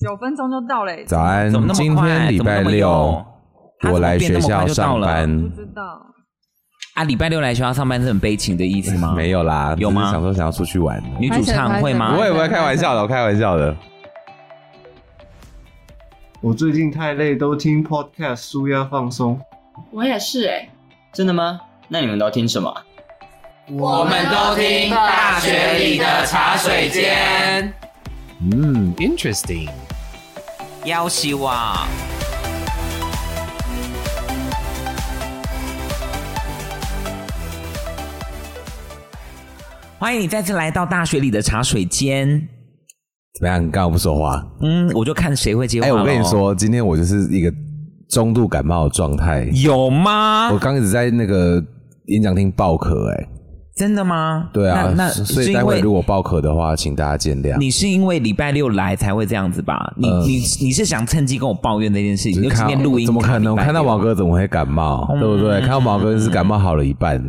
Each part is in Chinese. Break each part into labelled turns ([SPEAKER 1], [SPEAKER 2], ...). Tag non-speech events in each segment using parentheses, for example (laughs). [SPEAKER 1] 九分钟就到嘞，
[SPEAKER 2] 早安
[SPEAKER 3] 怎么，那
[SPEAKER 2] 嗯今
[SPEAKER 3] 么快？
[SPEAKER 2] 天礼
[SPEAKER 3] 怎么
[SPEAKER 2] 拜
[SPEAKER 3] 那么
[SPEAKER 2] 六，
[SPEAKER 3] 用他
[SPEAKER 2] 我
[SPEAKER 3] 怎么
[SPEAKER 2] 来
[SPEAKER 3] 变
[SPEAKER 2] 学
[SPEAKER 3] 那么
[SPEAKER 2] 校
[SPEAKER 3] 快就到
[SPEAKER 2] 上
[SPEAKER 3] 了
[SPEAKER 1] 不
[SPEAKER 2] 班，
[SPEAKER 1] 知道。
[SPEAKER 3] 啊，礼拜六来学校上班是很悲情的意思吗？
[SPEAKER 2] 嗯没有啦，
[SPEAKER 3] 有
[SPEAKER 2] 只是
[SPEAKER 3] 吗啊
[SPEAKER 2] 想说想要出去玩，
[SPEAKER 3] 女主唱会吗
[SPEAKER 2] 我？也不会开玩笑的，我开玩笑的。
[SPEAKER 4] 我最近太累，都听 podcast 舒压放松。
[SPEAKER 5] 我也是哎、
[SPEAKER 6] 真的吗？那你们都听什么啊？
[SPEAKER 7] 我们都听大学里的茶水间。
[SPEAKER 8] 嗯，interesting。
[SPEAKER 3] 要啊希望。欢迎你再次来到大学里的茶水间。
[SPEAKER 2] 怎么样？你刚刚不说话？
[SPEAKER 3] 嗯，我就看谁会接话
[SPEAKER 2] 哎，
[SPEAKER 3] 咯。
[SPEAKER 2] 我跟你说，今天我就是一个中度感冒的状态，
[SPEAKER 3] 有吗
[SPEAKER 2] 我？刚一直在那个演讲厅爆咳，哎，
[SPEAKER 3] 真的吗？
[SPEAKER 2] 对啊，
[SPEAKER 3] 那那
[SPEAKER 2] 所
[SPEAKER 3] 是
[SPEAKER 2] 以
[SPEAKER 3] 因
[SPEAKER 2] 待会
[SPEAKER 3] 为
[SPEAKER 2] 如果爆咳的话，请大家见谅。
[SPEAKER 3] 你是因为礼拜六来才会这样子吧？你、
[SPEAKER 2] 呃
[SPEAKER 3] 你你是想趁机跟我抱怨这件事情？
[SPEAKER 2] 就是
[SPEAKER 3] 就今
[SPEAKER 2] 看
[SPEAKER 3] 天录音
[SPEAKER 2] 怎么可能？
[SPEAKER 3] 礼
[SPEAKER 2] 我
[SPEAKER 3] 拜
[SPEAKER 2] 看到
[SPEAKER 3] 六啊嗯
[SPEAKER 2] 毛哥怎么会感冒？对不对？看到毛哥是感冒好了一半。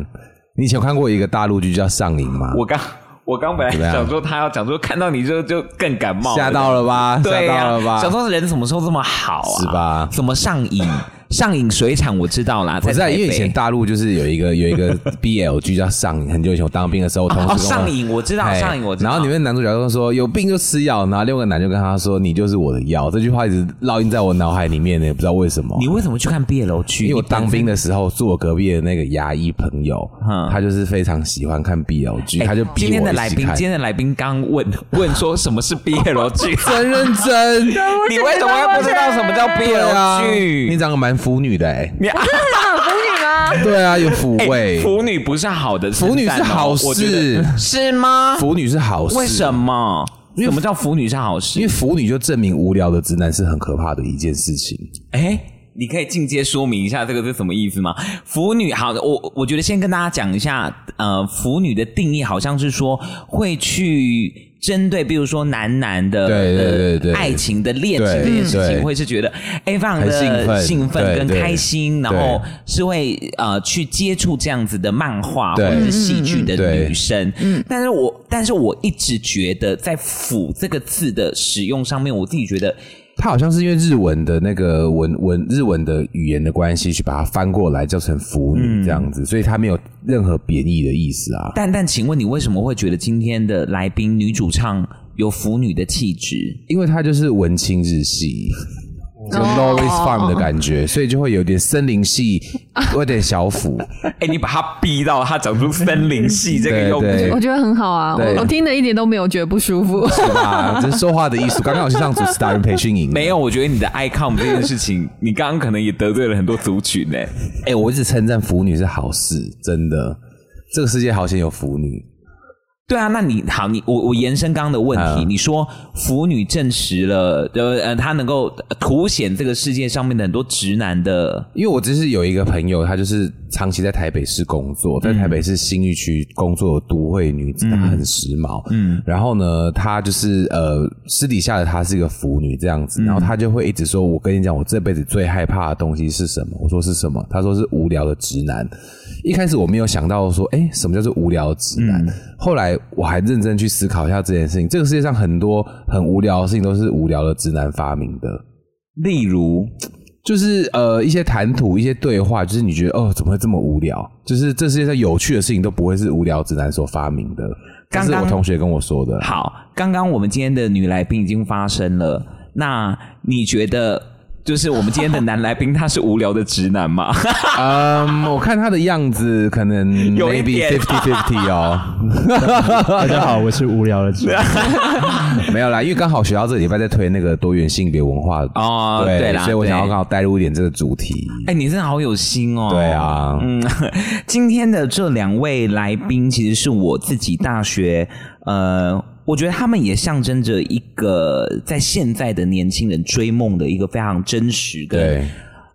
[SPEAKER 2] 你以前有看过一个大陆剧叫《上瘾》吗？
[SPEAKER 3] 我刚我刚本来
[SPEAKER 2] 怎么样
[SPEAKER 3] 想说他要讲说看到你就就更感冒，
[SPEAKER 2] 吓到了吧？吓
[SPEAKER 3] 对呀、
[SPEAKER 2] 到了吧？
[SPEAKER 3] 想说人什么时候这么好啊？
[SPEAKER 2] 是吧
[SPEAKER 3] 怎么上瘾？上瘾水产我知道啦，
[SPEAKER 2] 不
[SPEAKER 3] 在
[SPEAKER 2] 是啊，
[SPEAKER 3] 台
[SPEAKER 2] 因为以
[SPEAKER 3] 北
[SPEAKER 2] 前大陆就是有一
[SPEAKER 3] (laughs)
[SPEAKER 2] 个有一个 BL 剧叫《上瘾》，很久以前我当兵的时候，我同事跟
[SPEAKER 3] 哦
[SPEAKER 2] 我
[SPEAKER 3] 上瘾我知道
[SPEAKER 2] 嘿
[SPEAKER 3] 上瘾我知道
[SPEAKER 2] 然后里面男主角就说有病就吃药，然后另外一个男就跟他说你就是我的药，这句话一直烙印在我脑海里面呢，也不知道为什么。
[SPEAKER 3] 你为什么去看毕业楼剧？
[SPEAKER 2] 因为我当兵的时候，住我隔壁的那个牙医朋友，
[SPEAKER 3] 嗯
[SPEAKER 2] 他就是非常喜欢看 BL 剧，
[SPEAKER 3] 哎
[SPEAKER 2] 他就逼
[SPEAKER 3] 今天
[SPEAKER 2] 我
[SPEAKER 3] 的
[SPEAKER 2] 一
[SPEAKER 3] 来
[SPEAKER 2] 起
[SPEAKER 3] 宾，
[SPEAKER 2] 看
[SPEAKER 3] 今。天的来宾刚
[SPEAKER 2] (laughs)
[SPEAKER 3] 问问说什么是毕业楼剧， (laughs)
[SPEAKER 2] 真认真，
[SPEAKER 3] 你为什么会不知道什么叫毕业
[SPEAKER 2] 对啊
[SPEAKER 3] 楼，剧？
[SPEAKER 2] 你长得蛮腐女的哎，
[SPEAKER 3] 你啊
[SPEAKER 2] 对啊，有腐味，
[SPEAKER 3] 哎腐女不是好的称
[SPEAKER 2] 腐
[SPEAKER 3] 赞哦，
[SPEAKER 2] 女是好
[SPEAKER 3] 我觉得
[SPEAKER 2] 事
[SPEAKER 3] 是吗？
[SPEAKER 2] 腐女是好事，
[SPEAKER 3] 为什？么？什么叫腐女是好
[SPEAKER 2] 因
[SPEAKER 3] 事
[SPEAKER 2] 为？腐女就证明无聊的直男是很可怕的一件事情。
[SPEAKER 3] 哎。你可以进阶说明一下这个是什么意思吗？腐女好，我我觉得先跟大家讲一下，呃，腐女的定义好像是说会去针对，比如说男男的
[SPEAKER 2] 对对
[SPEAKER 3] 呃
[SPEAKER 2] 对对
[SPEAKER 3] 爱情的恋情
[SPEAKER 2] 对
[SPEAKER 3] 这件事
[SPEAKER 2] 对
[SPEAKER 3] 情，会是觉得哎非常的
[SPEAKER 2] 很兴奋
[SPEAKER 3] 兴奋
[SPEAKER 2] 对
[SPEAKER 3] 跟
[SPEAKER 2] 对
[SPEAKER 3] 开心，然
[SPEAKER 2] 对
[SPEAKER 3] 后是会呃去接触这样子的漫画或
[SPEAKER 2] 对
[SPEAKER 3] 者是戏剧
[SPEAKER 2] 嗯
[SPEAKER 3] 的
[SPEAKER 2] 嗯嗯
[SPEAKER 3] 女生。嗯，但是我但是我一直觉得在“腐”这个字的使用上面，我自己觉得
[SPEAKER 2] 它好像是因为日文的那个文文日文的语言的关系，去把它翻过来叫成腐女这样子，所以它没有任何贬义的意思啊。
[SPEAKER 3] 但但，请问你为什么会觉得今天的来宾女主唱有腐女的气质？
[SPEAKER 2] 因为它就是文青日系，就 Norris Farm 的感觉，所以就会有点森林系，有点小腐。
[SPEAKER 3] 哎、你把她逼到她讲出森林系这
[SPEAKER 2] 对对
[SPEAKER 7] 我，觉得很好啊，
[SPEAKER 2] 对
[SPEAKER 7] 我我听的一点都没有觉得不
[SPEAKER 3] (laughs)
[SPEAKER 7] 舒服。
[SPEAKER 2] 是吧？这是说话的艺术。刚刚我去上主持达人培训营，
[SPEAKER 3] 没有，。我觉得你的 icon 这件事情，你刚刚可能也得罪了很多族群呢、
[SPEAKER 2] 哎、我一直称赞腐女是好事，真的。这个世界好险有腐女，
[SPEAKER 3] 对啊，那你好，你我我延伸刚刚的问题，
[SPEAKER 2] 嗯
[SPEAKER 3] 你说腐女证实了，呃呃，她能够凸显这个世界上面的很多直男的，
[SPEAKER 2] 因为我只是有一个朋友，她就是长期在台北市工作，在台北市新义区工作的都会女子，她很时髦。嗯，然后呢，她就是呃，私底下的她是一个腐女这样子，然后她就会一直说：“我跟你讲，我这辈子最害怕的东西是什么？”我说：“是什么？”她说：“是无聊的直男。”一开始我没有想到说，哎、什么叫做无聊的直
[SPEAKER 3] 嗯
[SPEAKER 2] 男？后来我还认真去思考一下这件事情。这个世界上很多很无聊的事情都是无聊的直男发明的。
[SPEAKER 3] 例如
[SPEAKER 2] 就是呃一些谈吐、一些对话，就是你觉得哦怎么会这么无聊？就是这世界上有趣的事情都不会是无聊直男所发明的，这
[SPEAKER 3] 刚刚
[SPEAKER 2] 是我同学跟我说 (laughs) 的。
[SPEAKER 3] 好，刚刚我们今天的女来宾已经发生了，那你觉得就是我们今天的男来宾他是无聊的直男
[SPEAKER 2] (laughs)
[SPEAKER 3] 吗？
[SPEAKER 2] 嗯，我看他的样子可能
[SPEAKER 3] 有
[SPEAKER 2] (laughs)
[SPEAKER 3] 一
[SPEAKER 2] maybe
[SPEAKER 3] 点
[SPEAKER 2] fifty fifty 哦，
[SPEAKER 4] 大家好，我是无聊的直男。
[SPEAKER 2] 没有啦，因为刚好学校这礼拜在推那个多元性别文化
[SPEAKER 3] 哦对啦
[SPEAKER 2] 所以我想要
[SPEAKER 3] 对
[SPEAKER 2] 刚好带入一点这个主题。
[SPEAKER 3] 哎、你真的好有心哦！
[SPEAKER 2] 对啊
[SPEAKER 3] 嗯， (laughs) 今天的这两位来宾其实是我自己大学，呃，我觉得他们也象征着一个在现在的年轻人追梦的一个非常真实的
[SPEAKER 2] 对，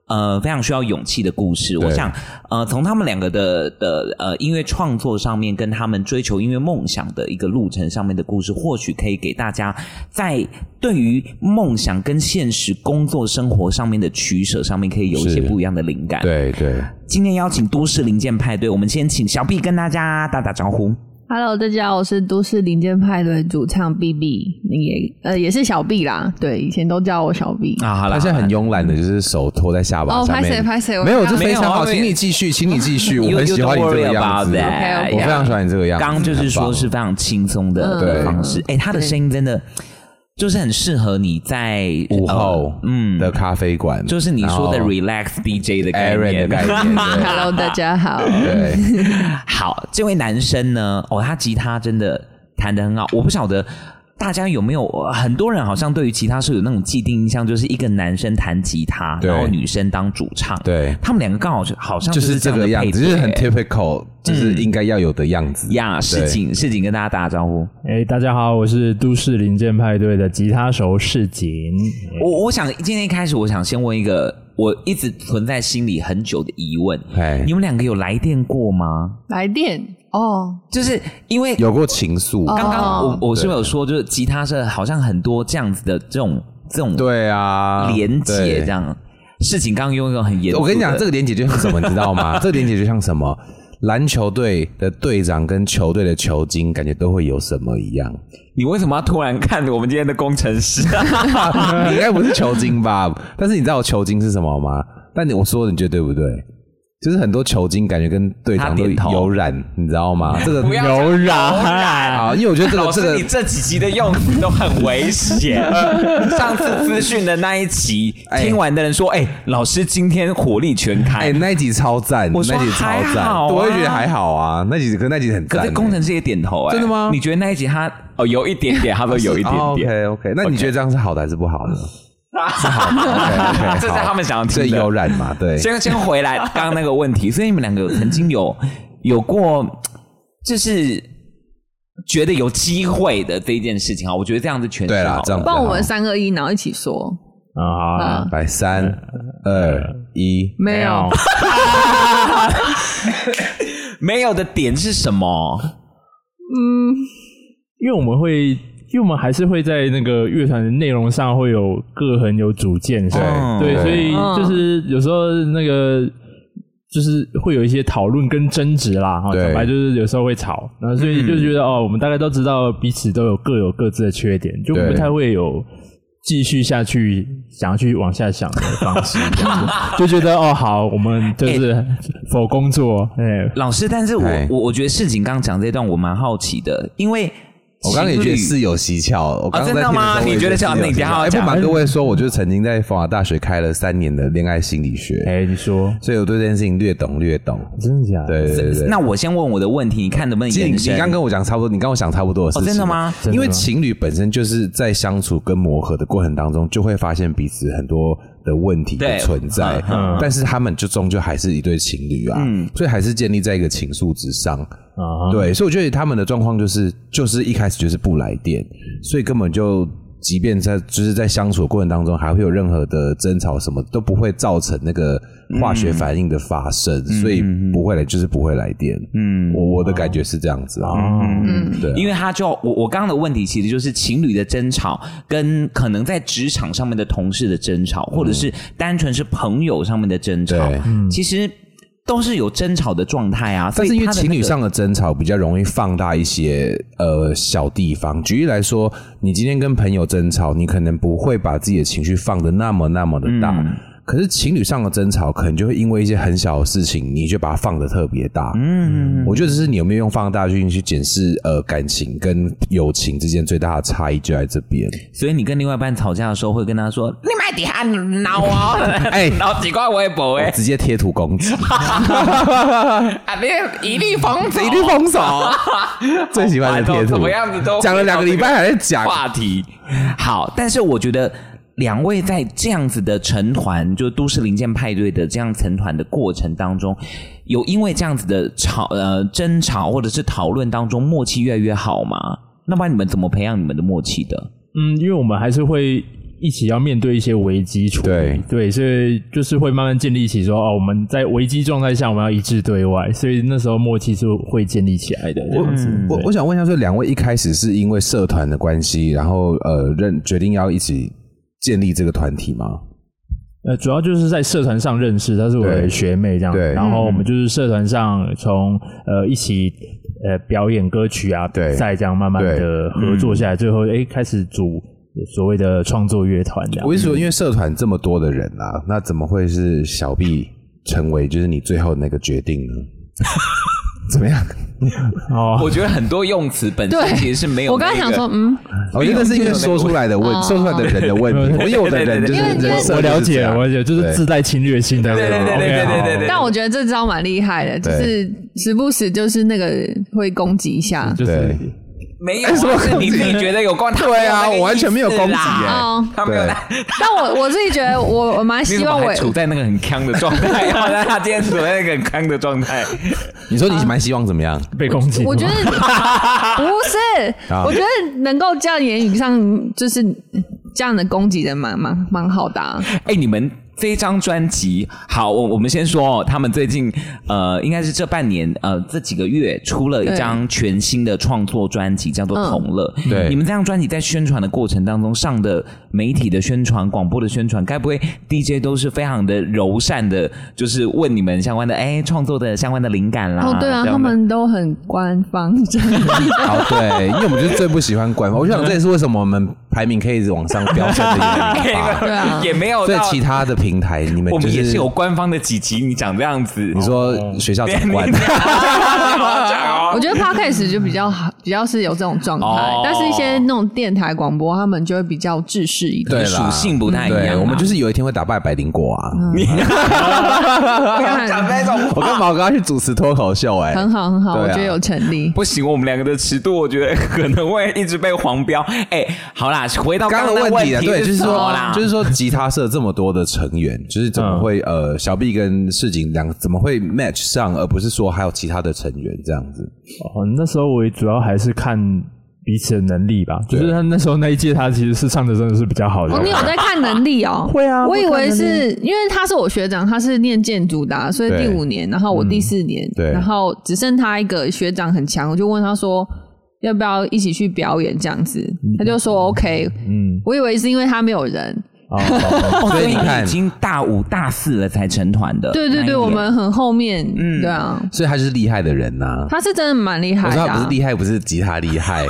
[SPEAKER 3] 呃，非常需要勇气的故事。
[SPEAKER 2] 对
[SPEAKER 3] 我想，呃，从他们两个的的呃音乐创作上面，跟他们追求音乐梦想的一个路程上面的故事，或许可以给大家在对于梦想跟现实工作生活上面的取舍上面，可以有一些
[SPEAKER 2] 是
[SPEAKER 3] 不一样的灵感。，
[SPEAKER 2] 对对，
[SPEAKER 3] 今天邀请都市零件派对，我们先请小 B 跟大家打打招呼。
[SPEAKER 1] Hello，大家好，我是都市林间派对主唱 B B，也呃也是小 B 啦，对，以前都叫我小 B。
[SPEAKER 3] 啊，好
[SPEAKER 2] 他
[SPEAKER 3] 了，
[SPEAKER 2] 现在很慵懒的，就是手托在下巴
[SPEAKER 1] 哦，
[SPEAKER 2] 上
[SPEAKER 1] 拍谁
[SPEAKER 2] 面。
[SPEAKER 1] 拍谁，我
[SPEAKER 2] 没有，
[SPEAKER 1] 刚
[SPEAKER 2] 这
[SPEAKER 1] 刚
[SPEAKER 2] 非常好，
[SPEAKER 3] 没有啊
[SPEAKER 2] 请你继续，请你继续，我
[SPEAKER 3] (laughs) You-
[SPEAKER 2] 很
[SPEAKER 3] you
[SPEAKER 2] 喜欢你
[SPEAKER 3] don't
[SPEAKER 2] 这个
[SPEAKER 3] worry
[SPEAKER 2] 样子，
[SPEAKER 3] about
[SPEAKER 2] 我
[SPEAKER 1] that.
[SPEAKER 2] 非常喜欢你这个样子。
[SPEAKER 3] 刚刚就是
[SPEAKER 2] 很
[SPEAKER 3] 说
[SPEAKER 2] 棒
[SPEAKER 3] 是非常轻松的
[SPEAKER 1] 嗯
[SPEAKER 3] 的
[SPEAKER 2] 对
[SPEAKER 3] 方式，哎、他的声音真的就是很适合你在
[SPEAKER 2] 午后
[SPEAKER 3] 呃嗯
[SPEAKER 2] 的咖啡馆，
[SPEAKER 3] 就是你说的
[SPEAKER 2] 然后
[SPEAKER 3] relax DJ 的概
[SPEAKER 2] Aaron 的
[SPEAKER 3] 念。
[SPEAKER 2] 概
[SPEAKER 3] (laughs)
[SPEAKER 2] 念，
[SPEAKER 1] (laughs) Hello，大家好。
[SPEAKER 2] 对对，
[SPEAKER 3] 好，这位男生呢，哦，他吉他真的弹得很好，我不晓得。大家有没有呃很多人好像对于吉他是有那种既定印象，就是一个男生弹吉他，
[SPEAKER 2] 对
[SPEAKER 3] 然后女生当主唱。 (laughs)
[SPEAKER 2] 对
[SPEAKER 3] 他们两个刚好就好像
[SPEAKER 2] 就是
[SPEAKER 3] 这
[SPEAKER 2] 这
[SPEAKER 3] 样
[SPEAKER 2] 个
[SPEAKER 3] 的
[SPEAKER 2] 样
[SPEAKER 3] 配
[SPEAKER 2] 子，
[SPEAKER 3] 对
[SPEAKER 2] 就是很 typical，就是应该要有的样子。
[SPEAKER 3] 呀。市
[SPEAKER 2] 对
[SPEAKER 3] 井市井跟大家打个招呼，
[SPEAKER 5] 哎、大家好，我是都市零件派对的吉他手世锦。
[SPEAKER 3] 我我想今天一开始，我想先问一个我一直存在心里很久的疑问：
[SPEAKER 2] 哎
[SPEAKER 3] 你，们两个有来电过吗？
[SPEAKER 1] 来电哦，
[SPEAKER 3] 就是因为
[SPEAKER 2] 有过情愫，
[SPEAKER 1] 哦
[SPEAKER 3] 刚刚我、
[SPEAKER 1] 哦
[SPEAKER 3] 我是不是有说，就是吉他社好像很多这样子的这种这种
[SPEAKER 2] 对啊，
[SPEAKER 3] 连接
[SPEAKER 2] 对
[SPEAKER 3] 这样。事情刚刚用一个很严肃的，
[SPEAKER 2] 我跟你讲，这个连结就像什么，你知道
[SPEAKER 3] (laughs)
[SPEAKER 2] 吗？这个连结就像什么？篮球队的队长跟球队的球经，感觉都会有什么一样？
[SPEAKER 3] 你为什么要突然看我们今天的工程 (laughs) 师？
[SPEAKER 2] 你 (laughs) 应该不是球经吧？但是你知道球经是什么吗？但你我说的你觉得对不对？就是很多球经感觉跟队长
[SPEAKER 3] 他
[SPEAKER 2] 都
[SPEAKER 3] 点头
[SPEAKER 2] 有染，你知道吗？这个
[SPEAKER 3] (laughs)
[SPEAKER 5] 柔软，
[SPEAKER 2] 啊，因为我觉得这个
[SPEAKER 3] 老
[SPEAKER 2] 这
[SPEAKER 3] 师，
[SPEAKER 2] 个
[SPEAKER 3] 你这几集的用词都很危 (laughs) 险。上次资讯的那一集，
[SPEAKER 2] 哎
[SPEAKER 3] 听完的人说：“哎，老师今天火力全
[SPEAKER 2] 哎、
[SPEAKER 3] 开。”
[SPEAKER 2] 那一集超赞，
[SPEAKER 3] 我说
[SPEAKER 2] 那一集超
[SPEAKER 3] 还
[SPEAKER 2] 赞，
[SPEAKER 3] 好啊
[SPEAKER 2] 对我也觉得还好啊。那集可那集很赞、
[SPEAKER 3] 可是工程师也点头哎、
[SPEAKER 2] 真的吗
[SPEAKER 3] 你觉得那一集他哦有一点点，他都有一点点，
[SPEAKER 2] OK 欸 OK，那你觉得这样是好的还是不
[SPEAKER 3] (laughs)
[SPEAKER 2] 好呢？是好的，OK，OK，
[SPEAKER 3] 这是他们想要
[SPEAKER 2] 好这
[SPEAKER 3] 听
[SPEAKER 2] 有
[SPEAKER 3] 的。
[SPEAKER 2] 染嘛？对，
[SPEAKER 3] 先先回来刚刚那个问题，所以你们两个曾经有有过就是觉得有机会的这一件事情啊，我觉得这样子诠释
[SPEAKER 2] 对
[SPEAKER 3] 好
[SPEAKER 2] 啦
[SPEAKER 3] 了，
[SPEAKER 2] 这样
[SPEAKER 1] 不然我们三个一，然后一起说。
[SPEAKER 5] 啊、好啊，
[SPEAKER 2] 来三二一，
[SPEAKER 1] 没有，
[SPEAKER 3] 没有的点是什么？
[SPEAKER 5] 因为我们会，因为我们还是会在那个乐团的内容上会有各很有主见性，
[SPEAKER 3] 哦
[SPEAKER 5] 对，
[SPEAKER 2] 对
[SPEAKER 5] 所以就是有时候那个。就是会有一些讨论跟争执啦，哈，
[SPEAKER 2] 对嗯
[SPEAKER 5] 讲白就是有时候会吵，然后所以就觉得、哦，我们大概都知道彼此都有各有各自的缺点，就
[SPEAKER 2] 对
[SPEAKER 5] 不太会有继续下去想要去往下想的方
[SPEAKER 2] (laughs)
[SPEAKER 5] 式，这样子就觉得哦，好，我们就是否工作，哎、
[SPEAKER 3] 老师，但是我
[SPEAKER 2] 哎
[SPEAKER 3] 我我觉得事情刚讲这段我蛮好奇的，因为
[SPEAKER 2] 我刚刚也
[SPEAKER 3] 情
[SPEAKER 2] 觉得
[SPEAKER 3] 侣
[SPEAKER 2] 是有蹊跷。我刚刚在
[SPEAKER 3] 哦真
[SPEAKER 2] 听的
[SPEAKER 3] 的
[SPEAKER 2] 时候
[SPEAKER 3] 吗
[SPEAKER 2] 我也
[SPEAKER 3] 你觉得
[SPEAKER 2] 是有
[SPEAKER 3] 像
[SPEAKER 2] 蹊跷
[SPEAKER 3] 你等一下要
[SPEAKER 2] 哎，不
[SPEAKER 3] 讲
[SPEAKER 2] 瞒各位说，我就是曾经在佛华大学开了三年的恋爱心理
[SPEAKER 5] 哎、
[SPEAKER 2] 学，
[SPEAKER 5] 你说
[SPEAKER 2] 所以我对这件事情略懂略懂。
[SPEAKER 5] 真的假的？
[SPEAKER 2] 对对对对。
[SPEAKER 3] 那我先问我的问题，你看能不能
[SPEAKER 2] 其实你
[SPEAKER 3] 延
[SPEAKER 2] 你
[SPEAKER 3] 伸？
[SPEAKER 2] 刚跟我讲差不多，你跟我想差不多的事情、
[SPEAKER 3] 哦真的吗
[SPEAKER 5] 真的吗
[SPEAKER 2] 因为情侣本身就是在相处跟磨合的过程当中，就会发现彼此很多的问题
[SPEAKER 3] 对
[SPEAKER 2] 的存在，
[SPEAKER 5] 嗯
[SPEAKER 2] 但是他们就终究还是一对情侣啊，
[SPEAKER 3] 嗯
[SPEAKER 2] 所以还是建立在一个情愫之上。
[SPEAKER 5] 啊，
[SPEAKER 2] 对，所以我觉得他们的状况就是，就是一开始就是不来电，所以根本就。即便在就是在相处的过程当中，还会有任何的争吵，什么都不会造成那个
[SPEAKER 1] 嗯
[SPEAKER 2] 化学反应的发生，所以不会来，就是不会来电。
[SPEAKER 3] 嗯
[SPEAKER 2] 我我的感觉是这样子啊，
[SPEAKER 1] 哦嗯，
[SPEAKER 2] 对啊，
[SPEAKER 3] 因为他就我我刚刚的问题其实就是情侣的争吵，跟可能在职场上面的同事的争吵，或者是单纯是朋友上面的争吵
[SPEAKER 2] 嗯对，
[SPEAKER 3] 其实都是有争吵的状态啊。
[SPEAKER 2] 但是
[SPEAKER 3] 所以
[SPEAKER 2] 因为
[SPEAKER 3] 他的
[SPEAKER 2] 情
[SPEAKER 3] 那
[SPEAKER 2] 侣
[SPEAKER 3] 个
[SPEAKER 2] 上的争吵比较容易放大一些呃小地方。举例来说，你今天跟朋友争吵，你可能不会把自己的情绪放的那么那么的大。
[SPEAKER 3] 嗯
[SPEAKER 2] 可是情侣上的争吵，可能就会因为一些很小的事情，你就把它放的特别大。嗯，我觉得这是你有没有用放大镜去检视呃感情跟友情之间最大的差异就在这边。
[SPEAKER 3] 所以你跟另外一半吵架的时候，会跟他说：“你买底下挠我， (laughs) 哎，挠几块微博
[SPEAKER 2] 我
[SPEAKER 3] 哎，
[SPEAKER 2] 直接贴图攻击，
[SPEAKER 3] 啊，你一律封锁，
[SPEAKER 2] 一律封锁。最喜欢的贴图，
[SPEAKER 3] 怎么样子都
[SPEAKER 2] 讲了两个礼拜还在讲，
[SPEAKER 3] 话题。好，但是我觉得两位在这样子的成团，就都市零件派对的这样成团的过程当中，有因为这样子的吵呃争吵或者是讨论当中默契越来越好吗？那不然你们怎么培养你们的默契的？
[SPEAKER 5] 嗯，因为我们还是会一起要面对一些危机处理，
[SPEAKER 2] 对
[SPEAKER 5] 对，所以就是会慢慢建立起说哦，我们在危机状态下我们要一致对外，所以那时候默契是会建立起来的。这样子
[SPEAKER 2] 我我想问一下，所以两位一开始是因为社团的关系，然后呃认决定要一起建立这个团体吗？
[SPEAKER 5] 呃，主要就是在社团上认识，她是我的
[SPEAKER 2] 对
[SPEAKER 5] 学妹这样。
[SPEAKER 2] 对
[SPEAKER 5] 然后我们就是社团上从呃一起呃表演歌曲啊比
[SPEAKER 2] 对
[SPEAKER 5] 赛这样慢慢的合作下来，最后哎开始组所谓的创作乐团这样
[SPEAKER 2] 我。一直说，因为社团这么多的人啊，那怎么会是小 B 成为就是你最后那个决定呢？怎么样？
[SPEAKER 5] 哦，
[SPEAKER 3] 我觉得很多用词本身
[SPEAKER 1] 对
[SPEAKER 3] 其实是没有、
[SPEAKER 1] 我刚刚想说，，嗯，
[SPEAKER 2] 我觉得是因为说出来的问，
[SPEAKER 1] 哦
[SPEAKER 2] 说出来的人的问题。我有的人就是
[SPEAKER 1] 因为因为
[SPEAKER 2] 人设
[SPEAKER 5] 我了
[SPEAKER 2] 就是这
[SPEAKER 5] 解，
[SPEAKER 2] 样
[SPEAKER 5] 我了解，就是自带侵略性的那种。
[SPEAKER 3] 对对对对
[SPEAKER 5] OK，好
[SPEAKER 3] 对对对
[SPEAKER 1] 但我觉得这招蛮厉害的，就是时不时就是那个会攻击一下。
[SPEAKER 5] 就是
[SPEAKER 2] 对
[SPEAKER 3] 没有、啊，是你自己觉得有关。他没有
[SPEAKER 2] 对啊
[SPEAKER 3] 那个
[SPEAKER 2] 我完全没有
[SPEAKER 3] 意思
[SPEAKER 2] 攻击
[SPEAKER 3] 啦
[SPEAKER 2] 耶
[SPEAKER 1] 哦，
[SPEAKER 3] 他没有 (laughs)
[SPEAKER 2] 对
[SPEAKER 3] 那。
[SPEAKER 1] (laughs) 但我我自己觉得我我蛮
[SPEAKER 3] 你
[SPEAKER 1] 希
[SPEAKER 3] 怎么
[SPEAKER 1] 望我
[SPEAKER 3] 还处在那个很康的状态？然后他今天处在那个很康的状态，
[SPEAKER 2] 你说你蛮希望怎么
[SPEAKER 3] (laughs)
[SPEAKER 2] 样？
[SPEAKER 5] 被攻击吗。
[SPEAKER 1] 我觉得不是，
[SPEAKER 2] 啊
[SPEAKER 1] 我觉得能够这样言语上就是这样的攻击人蛮蛮蛮好的、啊。
[SPEAKER 3] 哎、你们这一张专辑，好，我我们先说哦，他们最近呃，应该是这半年呃这几个月出了一张全新的创作专辑，叫做
[SPEAKER 1] 嗯
[SPEAKER 3] 《同乐》。
[SPEAKER 2] 对
[SPEAKER 3] 你们这张专辑在宣传的过程当中，上的媒体的宣传、广播的宣传，该不会 DJ 都是非常的柔善的，就是问你们相关的哎创作的相关的灵感啦？
[SPEAKER 1] 哦，对啊，
[SPEAKER 3] 这样的
[SPEAKER 1] 他们都很官方，真的
[SPEAKER 2] 哦，对，因为我们就是最不喜欢官方。我想这也是为什么我们排名可以一直往上飙升的
[SPEAKER 3] (laughs)
[SPEAKER 2] 原因吧。
[SPEAKER 1] 对啊，
[SPEAKER 3] 也没有
[SPEAKER 2] 在
[SPEAKER 3] 到
[SPEAKER 2] 其他的平台，你们
[SPEAKER 3] 我
[SPEAKER 2] 就
[SPEAKER 3] 们也
[SPEAKER 2] 是
[SPEAKER 3] 是有哦官方的几集，你讲这样子，
[SPEAKER 2] 你
[SPEAKER 3] (laughs)
[SPEAKER 2] 说学校长官，
[SPEAKER 1] (laughs) (laughs)
[SPEAKER 2] (laughs)
[SPEAKER 1] 我觉得 podcast 就比较好，比较是有这种状态，
[SPEAKER 3] 哦
[SPEAKER 1] 但是一些那种电台广播，他们就会比较制式一点。
[SPEAKER 3] (laughs)
[SPEAKER 2] 对啦
[SPEAKER 3] 属性不太一样
[SPEAKER 2] 对，
[SPEAKER 3] 啊。
[SPEAKER 2] 我们就是有一天会打败百灵果
[SPEAKER 3] (laughs)
[SPEAKER 2] 啊！
[SPEAKER 3] 不要讲那种
[SPEAKER 2] 我跟毛哥要去主持脱口秀，哎，
[SPEAKER 1] 很好很好，
[SPEAKER 2] 对啊
[SPEAKER 1] 我觉得有成立。
[SPEAKER 3] 不行，我们两个的尺度，我觉得可能会一直被黄标。 (laughs) 哎、好啦，回到
[SPEAKER 2] 刚刚
[SPEAKER 3] 刚刚
[SPEAKER 2] 的
[SPEAKER 3] 的
[SPEAKER 2] 问
[SPEAKER 3] 题
[SPEAKER 2] 题
[SPEAKER 3] 啊，
[SPEAKER 2] 啊，对，就是
[SPEAKER 3] 什么
[SPEAKER 2] 说
[SPEAKER 3] 啦，，
[SPEAKER 2] 就是说，吉他社这么多的成员，就是怎么会、呃，小 B 跟世锦两个怎么会 match 上，而不是说还有其他的成员这样子？
[SPEAKER 5] 哦，那时候我也主要还是看彼此的能力吧，就
[SPEAKER 2] 对
[SPEAKER 5] 是他那时候那一届他其实是唱的真的是比较好的。
[SPEAKER 1] 哦，你有在看能力哦？
[SPEAKER 5] 会啊
[SPEAKER 1] 我以
[SPEAKER 5] 会
[SPEAKER 1] 为
[SPEAKER 5] 看能
[SPEAKER 1] 是因为他是我学长，他是念建筑的啊、所以
[SPEAKER 2] 对
[SPEAKER 1] 第五年，然后我第四年，
[SPEAKER 2] 对
[SPEAKER 1] 然后只剩他一个学长很强，我就问他说要不要一起去表演这样子，他就说 OK。
[SPEAKER 5] 嗯，
[SPEAKER 1] 我以为是因为他没有人，(laughs)
[SPEAKER 5] 哦哦
[SPEAKER 3] 哦
[SPEAKER 2] 所以你
[SPEAKER 3] 们
[SPEAKER 2] 看
[SPEAKER 3] 已，经大五大四了才成团的。
[SPEAKER 1] 对对对，我们很后面，嗯，对啊，
[SPEAKER 2] 所以他就是厉害的人啊呐、
[SPEAKER 1] 他是真的蛮厉
[SPEAKER 2] 我
[SPEAKER 1] 害的
[SPEAKER 2] 说
[SPEAKER 1] 啊、
[SPEAKER 2] 他不是厉害，不是吉他厉害，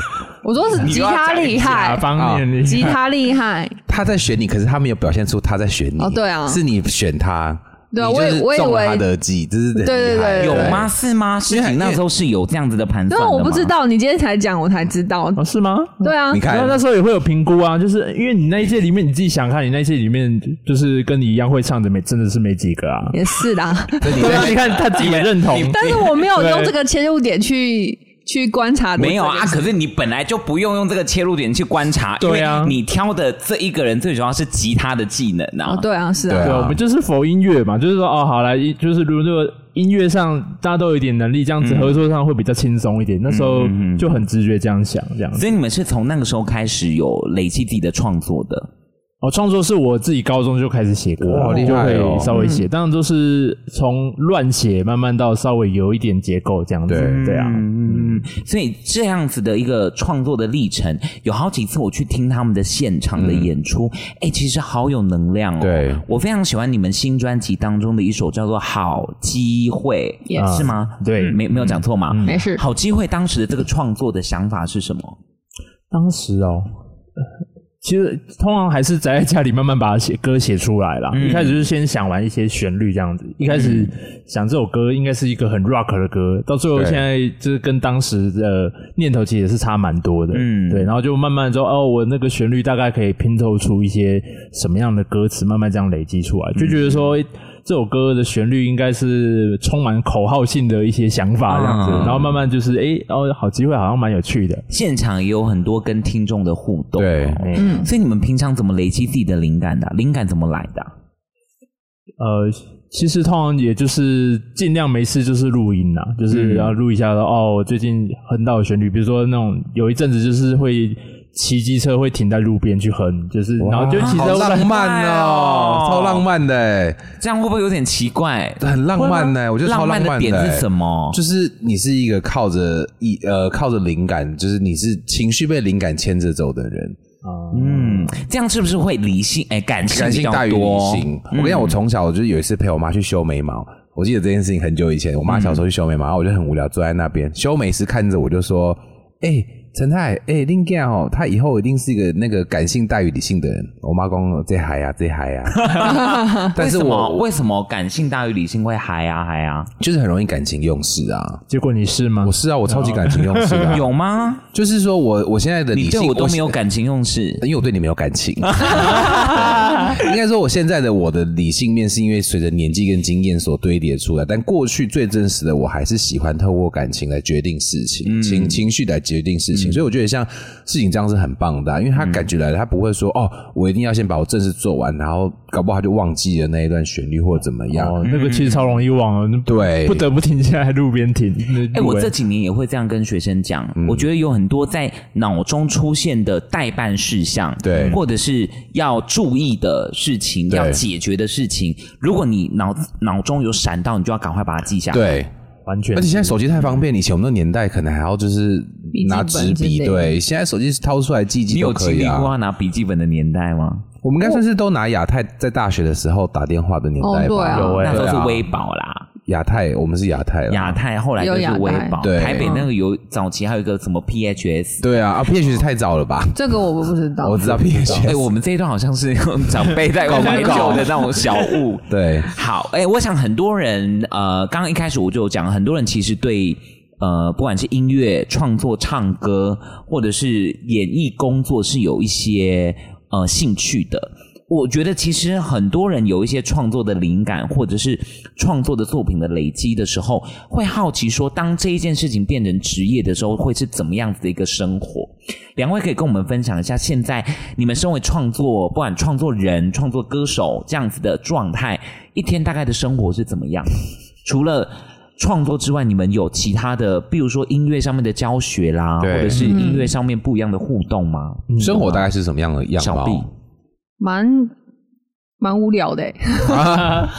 [SPEAKER 1] 我说是吉他厉
[SPEAKER 5] 哪
[SPEAKER 1] 害，
[SPEAKER 5] 方面的？
[SPEAKER 1] 吉他厉害，
[SPEAKER 2] 他在选你，可是他没有表现出他在选你。
[SPEAKER 1] 哦对啊
[SPEAKER 2] 是你选他，
[SPEAKER 1] 对啊
[SPEAKER 2] 你
[SPEAKER 1] 我
[SPEAKER 2] 就
[SPEAKER 1] 也
[SPEAKER 2] 是
[SPEAKER 1] 我以
[SPEAKER 2] 中了
[SPEAKER 1] 为
[SPEAKER 2] 他的计，这是很厉害
[SPEAKER 1] 对对对
[SPEAKER 3] 有吗？？是吗？是
[SPEAKER 2] 因为
[SPEAKER 3] 那时候是有这样子的盘
[SPEAKER 1] 对
[SPEAKER 3] 算
[SPEAKER 1] 啊，
[SPEAKER 3] 的吗
[SPEAKER 1] 我不知。道，你今天才讲，我才知道，
[SPEAKER 5] (laughs) 哦，是吗？
[SPEAKER 1] 对啊
[SPEAKER 2] 你，看
[SPEAKER 5] 那那时候也会有评估啊，就是因为你那一届里面你自己想看，你那一届里面就是跟你一样会唱的没真的是没几个啊。
[SPEAKER 1] 也是啦。
[SPEAKER 5] 对 (laughs) 啊，你看他自己也认 (laughs) 同，
[SPEAKER 1] 但是我没有
[SPEAKER 5] 对
[SPEAKER 1] 用这个切入点去去观察，
[SPEAKER 3] 没有啊，，可是你本来就不用用这个切入点去观察，因为
[SPEAKER 5] 对啊
[SPEAKER 3] 你挑的这一个人最主要是吉他的技能
[SPEAKER 1] 哦
[SPEAKER 3] 啊，，
[SPEAKER 1] 对啊，是啊
[SPEAKER 2] 对，
[SPEAKER 5] 对，
[SPEAKER 2] 啊
[SPEAKER 5] 我们就是否音乐嘛，就是说哦，好来，一就是如果音乐上大家都有一点能力，这样子合作上会比较轻松一点。那时候就很直觉这样想，这样子
[SPEAKER 3] 所。以你们是从那个时候开始有累积自己的创作的，
[SPEAKER 5] 哦，创作是我自己高中就开始写歌，
[SPEAKER 2] 哇厉
[SPEAKER 5] 就
[SPEAKER 2] 害哦
[SPEAKER 5] 会稍微写，当然都是从乱写慢慢到稍微有一点结构这样子，
[SPEAKER 2] 对
[SPEAKER 5] 对啊。
[SPEAKER 3] 嗯，所以这样子的一个创作的历程，有好几次我去听他们的现场的演出，哎、其实好有能量哦。
[SPEAKER 2] 对
[SPEAKER 3] 我非常喜欢你们新专辑当中的一首叫做《好机会》
[SPEAKER 1] Yes
[SPEAKER 3] 是吗？
[SPEAKER 5] 对
[SPEAKER 3] 没没有讲错嘛？
[SPEAKER 5] 嗯
[SPEAKER 1] 没事。
[SPEAKER 3] 好机会当时的这个创作的想法是什么？
[SPEAKER 5] 当时哦，其实通常还是宅在家里慢慢把写歌写出来啦。
[SPEAKER 3] 嗯
[SPEAKER 5] 一开始就是先想完一些旋律这样子，一开始想这首歌应该是一个很 rock 的歌，到最后
[SPEAKER 2] 对
[SPEAKER 5] 现在就是跟当时的呃念头其实也是差蛮多的。
[SPEAKER 3] 嗯
[SPEAKER 5] 对，然后就慢慢说哦，我那个旋律大概可以拼凑出一些什么样的歌词，慢慢这样累积出来，
[SPEAKER 3] 嗯
[SPEAKER 5] 就觉得说。诶这首歌的旋律应该是充满口号性的一些想法这样子，
[SPEAKER 3] 啊
[SPEAKER 5] 然后慢慢就是诶，哦，好机会好像蛮有趣的，
[SPEAKER 3] 现场也有很多跟听众的互动、
[SPEAKER 2] 对，
[SPEAKER 3] 嗯，所以你们平常怎么累积自己的灵感的啊、灵感怎么来的啊、
[SPEAKER 5] 呃，其实通常也就是尽量没事就是录音啦，就
[SPEAKER 3] 嗯
[SPEAKER 5] 是然后录一下说、哦，我最近哼到的旋律，比如说那种有一阵子就是会骑机车会停在路边去哼，就是然后就骑
[SPEAKER 2] 好
[SPEAKER 5] 车
[SPEAKER 2] 浪漫哦，
[SPEAKER 3] 好
[SPEAKER 2] 超
[SPEAKER 3] 浪漫哦
[SPEAKER 2] 浪漫的、欸，
[SPEAKER 3] 这样会不会有点奇怪？
[SPEAKER 2] 很浪漫呢、我觉得超
[SPEAKER 3] 浪漫
[SPEAKER 2] 漫
[SPEAKER 3] 的点
[SPEAKER 2] 欸
[SPEAKER 3] 是什么？
[SPEAKER 2] 就是你是一个靠着一呃靠着灵感，就是你是情绪被灵感牵着走的人，
[SPEAKER 3] 嗯，这样是不是会理性？哎，感性
[SPEAKER 2] 感
[SPEAKER 3] 比
[SPEAKER 2] 性
[SPEAKER 3] 较
[SPEAKER 2] 大于理
[SPEAKER 3] 多。嗯
[SPEAKER 2] 性。我跟你讲，我从小就是有一次陪我妈去修眉毛，我记得这件事情很久以前。我妈小时候去修眉毛，然后我就很无聊坐在那边修眉师看着我就说：“哎、陈太，哎、欸，林健哦，他以后一定是一个那个感性大于理性的人。”我妈讲：“这还呀、啊，这还呀、
[SPEAKER 3] (laughs)
[SPEAKER 2] 啊。”但是
[SPEAKER 3] 为什么
[SPEAKER 2] 我
[SPEAKER 3] 为什么感性大于理性会嗨啊嗨啊？
[SPEAKER 2] 就是很容易感情用事
[SPEAKER 3] (laughs)
[SPEAKER 2] 啊。
[SPEAKER 5] 结果你是吗
[SPEAKER 2] 我？是啊，我超级感情用事的、啊。
[SPEAKER 3] 有吗？
[SPEAKER 2] 就是说我我现在的理
[SPEAKER 3] 你对
[SPEAKER 2] 性，
[SPEAKER 3] 我都没有感情用事。
[SPEAKER 2] 因为我对你没有感情。 (laughs) 应该说，我现在的我的理性面是因为随着年纪跟经验所堆叠出来，但过去最真实的我还是喜欢透过感情来决定事情，情情绪来决定事情。所以我觉得像事情这样是很棒的啊、因为他感觉来了，他不会说哦，我一定要先把我正事做完，然后搞不好他就忘记了那一段旋律或者怎么样。
[SPEAKER 5] 哦，那个其实超容易忘啊了，那
[SPEAKER 2] 嗯对，
[SPEAKER 5] 不得不停下来路边停。
[SPEAKER 3] 哎、我这几年也会这样跟学生讲，
[SPEAKER 2] 嗯
[SPEAKER 3] 我觉得有很多在脑中出现的代办事项，
[SPEAKER 2] 对
[SPEAKER 3] 或者是要注意的事情，
[SPEAKER 2] 对
[SPEAKER 3] 要解决的事情，如果你脑脑中有闪到，你就要赶快把它记下来。，
[SPEAKER 2] 对。
[SPEAKER 5] 完全
[SPEAKER 2] 而且现在手机太方便，以前我们那年代可能还要就是
[SPEAKER 1] 笔记
[SPEAKER 2] 拿
[SPEAKER 1] 本
[SPEAKER 2] 纸
[SPEAKER 1] 之类
[SPEAKER 2] 笔，
[SPEAKER 1] 的
[SPEAKER 2] 对，现在手机掏出来记一记
[SPEAKER 3] 你
[SPEAKER 2] 都
[SPEAKER 3] 有
[SPEAKER 2] 可
[SPEAKER 3] 经
[SPEAKER 2] 以
[SPEAKER 3] 历过
[SPEAKER 2] 啊
[SPEAKER 3] 要。拿笔记本的年代吗？
[SPEAKER 2] 我们应该算是都拿亚太在大学的时候打电话的年代吧？
[SPEAKER 1] 哦对啊有
[SPEAKER 5] 欸
[SPEAKER 3] 那时候
[SPEAKER 2] 对啊
[SPEAKER 3] 是微保啦，
[SPEAKER 2] 亚太，我们是亚太啦
[SPEAKER 3] 亚太后来就
[SPEAKER 1] 有
[SPEAKER 3] 是
[SPEAKER 1] 亚太
[SPEAKER 3] 微保，
[SPEAKER 2] 对
[SPEAKER 3] 台北那个有早期还有一个什么 PHS。
[SPEAKER 2] 对啊，啊 PH 太早
[SPEAKER 1] (laughs)
[SPEAKER 2] 了吧？
[SPEAKER 1] 这个我不知道，
[SPEAKER 2] 我知道 PH，
[SPEAKER 3] 哎、我们这一段好像是用长辈在怀旧的那种小物，
[SPEAKER 2] 对，
[SPEAKER 3] 好，哎、我想很多人，呃，刚刚一开始我就有讲，很多人其实对，呃，不管是音乐创作、唱歌，或者是演艺工作，是有一些呃兴趣的。我觉得其实很多人有一些创作的灵感，或者是创作的作品的累积的时候，会好奇说，当这一件事情变成职业的时候，会是怎么样子的一个生活？两位可以跟我们分享一下，现在你们身为创作，不管创作人、创作歌手这样子的状态，一天大概的生活是怎么样？除了创作之外，你们有其他的，比如说音乐上面的教学啦，或
[SPEAKER 2] 对
[SPEAKER 3] 者是音乐上面不一样的互动吗？
[SPEAKER 2] 生活大概是什么样的样
[SPEAKER 3] 嗯小
[SPEAKER 2] 貌？
[SPEAKER 3] B，
[SPEAKER 1] 蛮蛮无聊的欸、大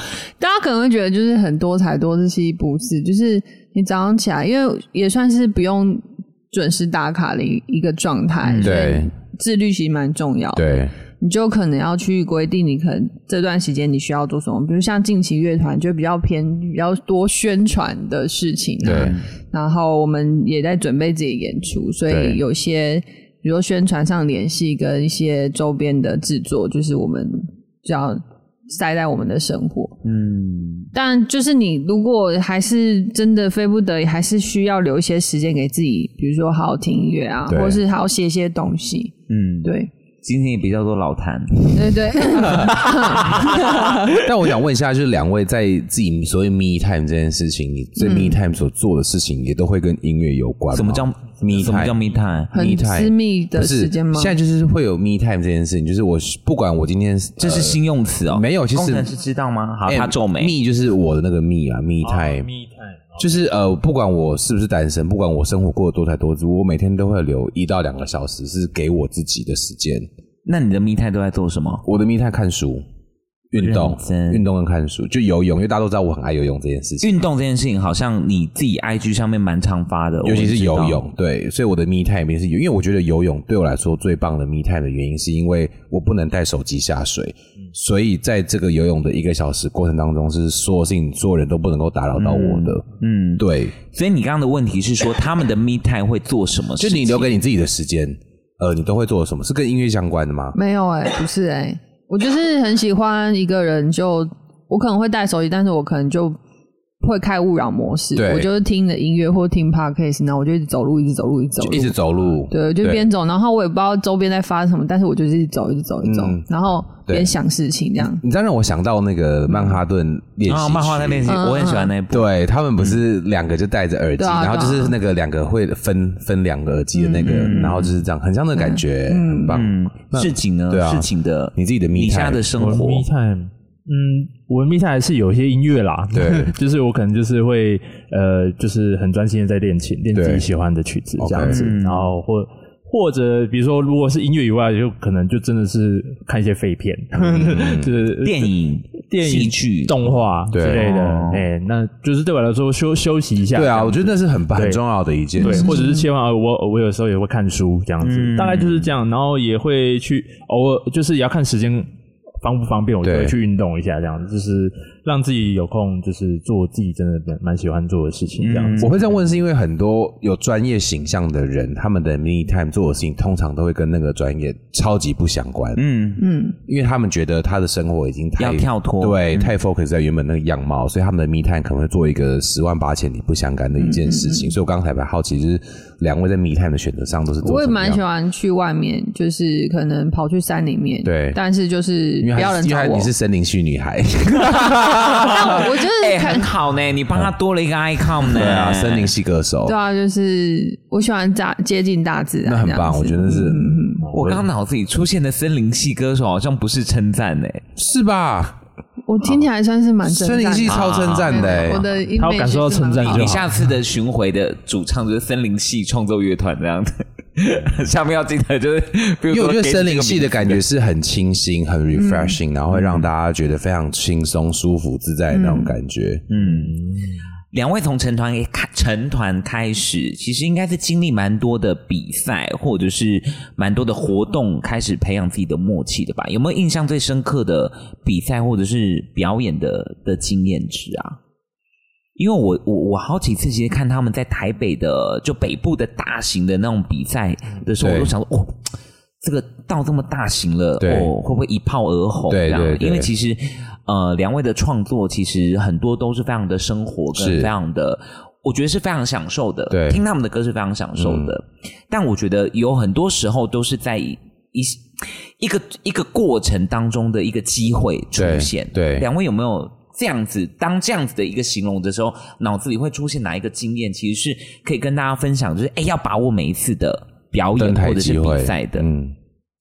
[SPEAKER 1] 家可能会觉得就是很多才多姿，其实不是，就是你早上起来，因为也算是不用准时打卡的一一个状态，所以
[SPEAKER 2] 嗯对
[SPEAKER 1] 自律其实蛮重要的。
[SPEAKER 3] 嗯
[SPEAKER 2] 对，
[SPEAKER 1] 你就可能要去规定，你可能这段时间你需要做什么，比如像近期乐团就比较偏比较多宣传的事情、啊，
[SPEAKER 2] 对。
[SPEAKER 1] 然后我们也在准备自己演出，所
[SPEAKER 2] 对
[SPEAKER 1] 以有些比如说宣传上联系跟一些周边的制作，就是我们就要塞在我们的生活。
[SPEAKER 3] 嗯，
[SPEAKER 1] 但就是你如果还是真的非不得已，还是需要留一些时间给自己，比如说好好听音乐啊，
[SPEAKER 2] 对
[SPEAKER 1] 或是好好写一些东西。
[SPEAKER 3] 嗯，
[SPEAKER 1] 对，
[SPEAKER 3] 今天也比较多老谈，
[SPEAKER 1] 对
[SPEAKER 2] (laughs)
[SPEAKER 1] 对，
[SPEAKER 2] 但我想问一下，就是两位在自己所谓 me time 这件事情，你
[SPEAKER 1] 嗯
[SPEAKER 2] 对 me time 所做的事情，也都会跟音乐有关吗？
[SPEAKER 3] 什么叫
[SPEAKER 2] me
[SPEAKER 3] 什么叫
[SPEAKER 2] time？
[SPEAKER 3] 密谈？
[SPEAKER 2] Me
[SPEAKER 1] 很
[SPEAKER 2] time
[SPEAKER 1] 私密的
[SPEAKER 2] 不是
[SPEAKER 1] 时间吗？
[SPEAKER 2] 现在就是会有 me time 这件事情，就是我不管我今天
[SPEAKER 3] 这是新用词哦，哎
[SPEAKER 2] 没有其实
[SPEAKER 3] 工程师知道吗？好，他皱眉。哦
[SPEAKER 2] me 就是我的那个 me 啊，me time。
[SPEAKER 5] 哦密探
[SPEAKER 2] 就是呃，不管我是不是单身，不管我生活过得多才多姿，我每天都会留一到两个小时是给我自己的时间。
[SPEAKER 3] 那你的密探都在做什么？
[SPEAKER 2] 我的密探看书、运动
[SPEAKER 3] 认、真
[SPEAKER 2] 运动跟看书，就游泳，因为大家都知道我很爱游泳这件事情，
[SPEAKER 3] 运动这件事情，好像你自己 IG 上面蛮常发的，
[SPEAKER 2] 尤其是游
[SPEAKER 3] 我知道。
[SPEAKER 2] 泳。对，所以我的密探里面是游，因为我觉得游泳对我来说最棒的密探的原因，是因为我不能带手机下水，
[SPEAKER 3] 嗯
[SPEAKER 2] 所以在这个游泳的一个小时过程当中，是所有事情、所有人都不能够打扰到我的。
[SPEAKER 3] 嗯，
[SPEAKER 2] 对，
[SPEAKER 3] 所以你刚刚的问题是说，他们的 me time 会做什么
[SPEAKER 2] 就
[SPEAKER 3] 事情？
[SPEAKER 2] 你留给你自己的时间，呃，你都会做什么？是跟音乐相关的吗？
[SPEAKER 1] 没有 (laughs) 哎、不是哎、我就是很喜欢一个人就，我可能会带手机，但是我可能就会开勿扰模式
[SPEAKER 2] 对，
[SPEAKER 1] 我就是听着音乐或听 podcast，然后我就一直走路，一直走路，一直走
[SPEAKER 2] 就
[SPEAKER 1] 路，
[SPEAKER 2] 一直走路，
[SPEAKER 1] 对，我就边走，然后我也不知道周边在发生什么，但是我就一直走，一直走，一直走，
[SPEAKER 2] 嗯
[SPEAKER 1] 然后
[SPEAKER 2] 对
[SPEAKER 1] 边想事情这样。
[SPEAKER 2] 你这样让我想到那个曼哈顿练习
[SPEAKER 3] 啊，
[SPEAKER 2] 曲
[SPEAKER 3] 漫画在练习，
[SPEAKER 1] 嗯
[SPEAKER 3] 我很喜欢那一部。
[SPEAKER 2] 对他们不是两个就戴着耳机，
[SPEAKER 1] 对啊
[SPEAKER 2] 然后就是那个两个会分分两个耳机的那个，然后就是这样，很像那个感觉，很棒。
[SPEAKER 3] 嗯，
[SPEAKER 2] 那
[SPEAKER 3] 事情呢
[SPEAKER 2] 对？啊
[SPEAKER 3] 事情的
[SPEAKER 2] 你自己的 me
[SPEAKER 3] 你现在
[SPEAKER 2] time
[SPEAKER 3] 的生活，
[SPEAKER 5] 密探，嗯，我的密探还是有一些音乐啦，
[SPEAKER 2] 对
[SPEAKER 5] (laughs) 就是我可能就是会呃，就是很专心的在练琴，练自己
[SPEAKER 2] 对
[SPEAKER 5] 喜欢的曲子这样子
[SPEAKER 3] OK，
[SPEAKER 5] 然后或。或者比如说，如果是音乐以外，就可能就真的是看一些废
[SPEAKER 2] (laughs)
[SPEAKER 5] 片，
[SPEAKER 2] 嗯
[SPEAKER 5] 就是
[SPEAKER 3] 电影、
[SPEAKER 5] 电影
[SPEAKER 3] 戏剧
[SPEAKER 5] 动画之
[SPEAKER 2] 对
[SPEAKER 5] 类的
[SPEAKER 3] 哦。
[SPEAKER 5] 哎，那就是对我来说休休息一下。
[SPEAKER 2] 对啊，我
[SPEAKER 5] 这样子
[SPEAKER 2] 觉得那是很很
[SPEAKER 5] 对
[SPEAKER 2] 重要的一件
[SPEAKER 5] 对
[SPEAKER 2] 事，情。
[SPEAKER 5] 或者是切换。呃我我有时候也会看书这样子，
[SPEAKER 3] 嗯
[SPEAKER 5] 大概就是这样。然后也会去偶尔就是也要看时间方不方便，我就
[SPEAKER 2] 对
[SPEAKER 5] 会去运动一下，这样子就是让自己有空，就是做自己真的蛮蛮喜欢做的事情这
[SPEAKER 1] 嗯
[SPEAKER 5] 样子。
[SPEAKER 2] 我会这样问，是因为很多有专业形象的人，他们的 me time 做的事情，通常都会跟那个专业超级不相关，
[SPEAKER 3] 嗯，
[SPEAKER 1] 嗯，
[SPEAKER 2] 因为他们觉得他的生活已经太
[SPEAKER 3] 要跳脱
[SPEAKER 2] 对，
[SPEAKER 3] 嗯
[SPEAKER 2] 太 focus 在原本那个样貌，所以他们的 me time 可能会做一个十万八千里不相干的一件事
[SPEAKER 3] 嗯
[SPEAKER 2] 情。所以我刚才蛮好奇，就是两位在 me time 的选择上都是做
[SPEAKER 1] 我也
[SPEAKER 2] 怎么
[SPEAKER 1] 蛮
[SPEAKER 2] 样
[SPEAKER 1] 喜，欢去外面，就是可能跑去山里面，
[SPEAKER 2] 对
[SPEAKER 1] 但是就是
[SPEAKER 2] 因
[SPEAKER 1] 不
[SPEAKER 2] 为
[SPEAKER 1] 要
[SPEAKER 2] 他
[SPEAKER 1] 人
[SPEAKER 2] 是因
[SPEAKER 1] 找
[SPEAKER 2] 为他
[SPEAKER 1] 我
[SPEAKER 2] 你。是森林系女孩，
[SPEAKER 3] (laughs)
[SPEAKER 1] 但我就是
[SPEAKER 3] 哎，
[SPEAKER 1] 看
[SPEAKER 3] 很好呢，你帮他多了一个 icon 呢。
[SPEAKER 2] (laughs) 对啊，森林系歌手
[SPEAKER 1] 对，啊，就是我喜欢大接近大自然，
[SPEAKER 2] 那很棒，我觉得是
[SPEAKER 1] 嗯
[SPEAKER 3] 我刚刚脑子里出现的森林系歌手好像不是称赞呢，
[SPEAKER 2] 是吧？
[SPEAKER 1] 我听起来算是蛮
[SPEAKER 2] 森林系超称赞的欸
[SPEAKER 1] 我，的
[SPEAKER 5] 他有感受到称赞就好
[SPEAKER 3] 你下次的巡回的主唱就是森林系创作乐团这样的， (laughs) 下面要记得就是，比如
[SPEAKER 2] 因为
[SPEAKER 3] 说
[SPEAKER 2] 我觉得
[SPEAKER 3] 给
[SPEAKER 2] 森
[SPEAKER 3] 你这
[SPEAKER 2] 林
[SPEAKER 3] 个
[SPEAKER 2] 系的
[SPEAKER 3] 名字嗯
[SPEAKER 2] 感觉是很清新、
[SPEAKER 1] 嗯
[SPEAKER 2] 很 refreshing，、然后会让大家觉得非常轻松、舒服、自在的
[SPEAKER 1] 嗯
[SPEAKER 2] 那种感觉。
[SPEAKER 3] 嗯两位从成团开成团开始，其实应该是经历蛮多的比赛，或者是蛮多的活动，开始培养自己的默契的吧？有没有印象最深刻的比赛或者是表演的的经验值啊？因为我我我好几次其实看他们在台北的就北部的大型的那种比赛的时候，
[SPEAKER 2] 对
[SPEAKER 3] 我都想说，哦，这个到这么大型了，
[SPEAKER 2] 对
[SPEAKER 3] 哦，会不会一炮而红？
[SPEAKER 2] 对
[SPEAKER 3] 这样
[SPEAKER 2] 对对
[SPEAKER 3] 因为其实呃，两位的创作其实很多都是非常的生活跟
[SPEAKER 2] 是
[SPEAKER 3] 非常的。我觉得是非常享受的，
[SPEAKER 2] 对嗯
[SPEAKER 3] 听他们的歌是非常享受的。但我觉得有很多时候都是在一一一个一个过程当中的一个机会出现。
[SPEAKER 2] 对对
[SPEAKER 3] 两位有没有这样子？当这样子的一个形容的时候，脑子里会出现哪一个经验？其实是可以跟大家分享，就是哎，要把握每一次的表
[SPEAKER 2] 登
[SPEAKER 3] 演
[SPEAKER 2] 台
[SPEAKER 3] 或者是
[SPEAKER 2] 机
[SPEAKER 3] 比
[SPEAKER 2] 会，
[SPEAKER 3] 赛的
[SPEAKER 2] 嗯，